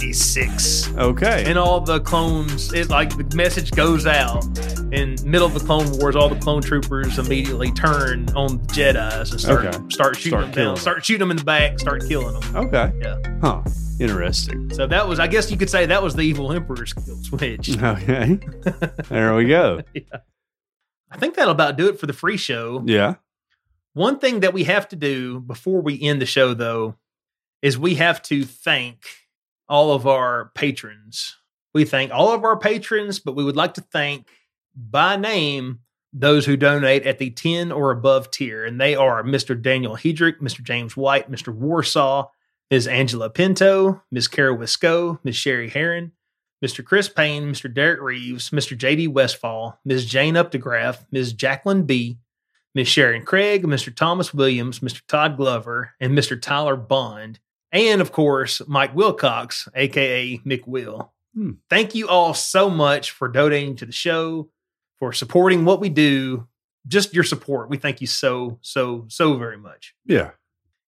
66.
Okay.
and all the clones it like the message goes out in middle of the clone wars all the clone troopers immediately turn on the jedis and start
Okay.
start shooting them
Start killing
down
them.
start shooting them in the back start killing them
Okay.
Yeah.
Huh. Interesting.
so that was i guess you could say that was the evil emperor's kill switch
Mm-hmm. Okay. There we go.
i think that'll about do it for the free show
Yeah.
one thing that we have to do before we end the show though is we have to thank all of our patrons we thank all of our patrons but we would like to thank by name those who donate at the 10 or above tier. And they are Mr. Daniel Hedrick, Mr. James White, Mr. Warsaw, Ms. Angela Pinto, Ms. Kara Wisco, Ms. Sherry Heron, Mr. Chris Payne, Mr. Derek Reeves, Mr. JD Westfall, Ms. Jane Updegraff, Ms. Jacqueline B., Ms. Sharon Craig, Mr. Thomas Williams, Mr. Todd Glover, and Mr. Tyler Bond. And of course, Mike Wilcox, aka Mick Will.
Hmm.
Thank you all so much for donating to the show for supporting what we do. Just your support. We thank you so, so, so very much.
Yeah.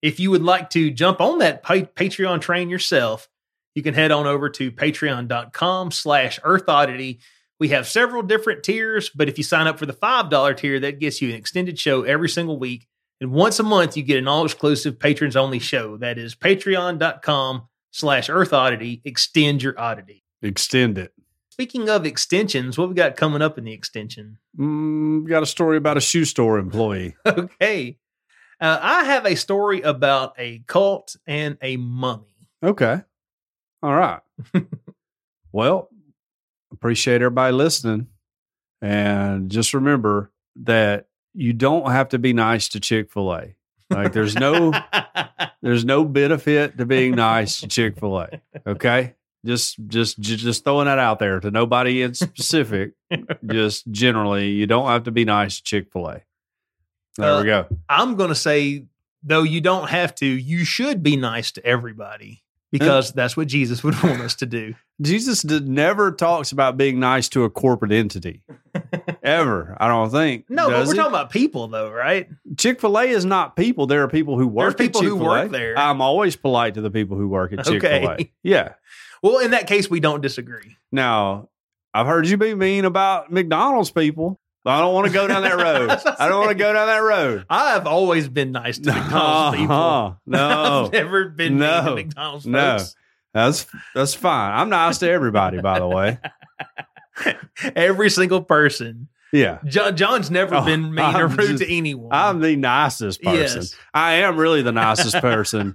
If you would like to jump on that pa- Patreon train yourself, you can head on over to patreon.com slash earth oddity. We have several different tiers, but if you sign up for the $5 tier, that gets you an extended show every single week. And once a month, you get an all-exclusive patrons-only show. That is patreon.com slash earth oddity. Extend your oddity.
Extend it.
Speaking of extensions, what we got coming up in the extension?
Mm, got a story about a shoe store employee.
okay. Uh, I have a story about a cult and a mummy.
Okay. All right. well, appreciate everybody listening. And just remember that you don't have to be nice to Chick-fil-A. Like there's no there's no benefit to being nice to Chick-fil-A. Okay? Just just ju- just throwing that out there to nobody in specific. just generally, you don't have to be nice to Chick-fil-A. There
Uh,
we go.
I'm going to say, though, you don't have to, you should be nice to everybody because that's what Jesus would want us to do.
Jesus did, never talks about being nice to a corporate entity. Ever, I don't think.
No, but
does
we're
he?
talking about people, though, right?
Chick Fil A is not people. There are people who work.
people
at
who
Chick-fil-A.
work there.
I'm always polite to the people who work at
Okay.
Chick Fil A. Yeah.
Well, in that case, we don't disagree.
Now, I've heard you be mean about McDonald's people. but I don't want to go down that road. I don't want to go down that road.
I have always been nice to McDonald's people.
Uh-huh. No,
I've never been mean to
No.
McDonald's
No.
folks.
that's that's fine. I'm nice to everybody, by the way.
Every single person.
Yeah.
John, John's never
Oh,
been mean or
I'm
rude
just-
to anyone.
I'm the nicest person.
Yes.
I am really the nicest person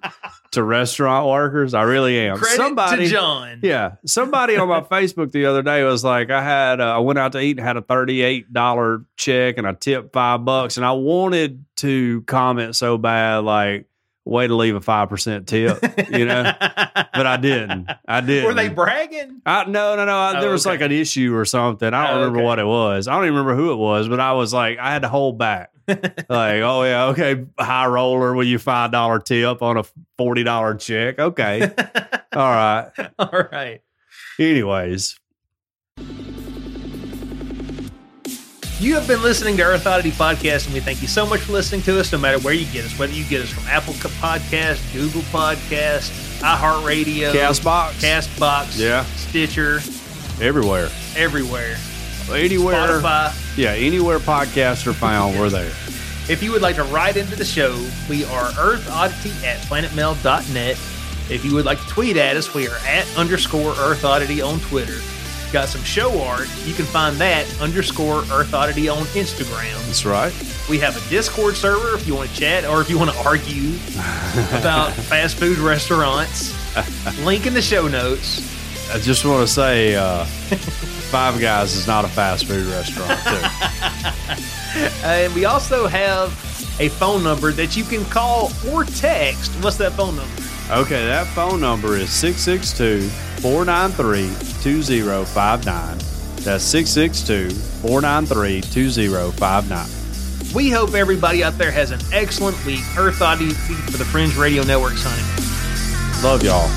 to restaurant workers. I really am.
Credit
somebody,
to John.
yeah, somebody on my Facebook the other day was like, I had, uh, I went out to eat and had a thirty-eight dollar check, and I tipped five bucks, and I wanted to comment so bad, like, way to leave a five percent tip, you know, but I didn't. I didn't.
Were they bragging?
I, no, no, no. I,
Oh,
there was
okay.
like an issue or something. I don't
Oh,
remember
okay.
what it was. I don't even remember who it was, but I was like, I had to hold back. like, oh yeah, okay, high roller with your five dollar tip on a forty dollar check. Okay, all right.
All right.
Anyways,
You have been listening to Earth Oddity Podcast, and we thank you so much for listening to us, no matter where you get us, whether you get us from Apple Podcast, Google Podcast, iHeartRadio,
cast box,
Castbox,
Yeah.
Stitcher,
everywhere,
everywhere.
anywhere.
Spotify.
Yeah, anywhere podcasts are found, we're there.
If you would like to write into the show, we are earthoddity at planetmail.net. If you would like to tweet at us, we are at underscore earthoddity on Twitter. Got some show art. You can find that underscore earthoddity on Instagram.
That's right.
We have a Discord server if you want to chat or if you want to argue about fast food restaurants. Link in the show notes.
I just want to say, uh, Five Guys is not a fast food restaurant. Too.
And we also have a phone number that you can call or text. What's that phone number?
Okay, that phone number is 662 493 2059. That's 662 493 2059.
We hope everybody out there has an excellent week. Earth Oddity for the Fringe Radio Network signing. off.
Love y'all.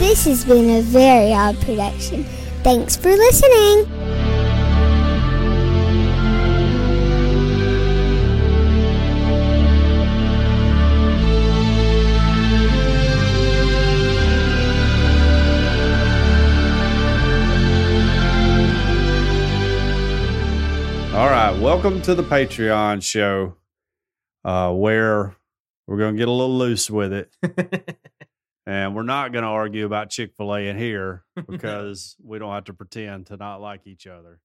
This has been a very odd production. Thanks for listening.
All right, welcome to the Patreon show, uh, where we're going to get a little loose with it, and we're not going to argue about Chick Fil A in here because we don't have to pretend to not like each other.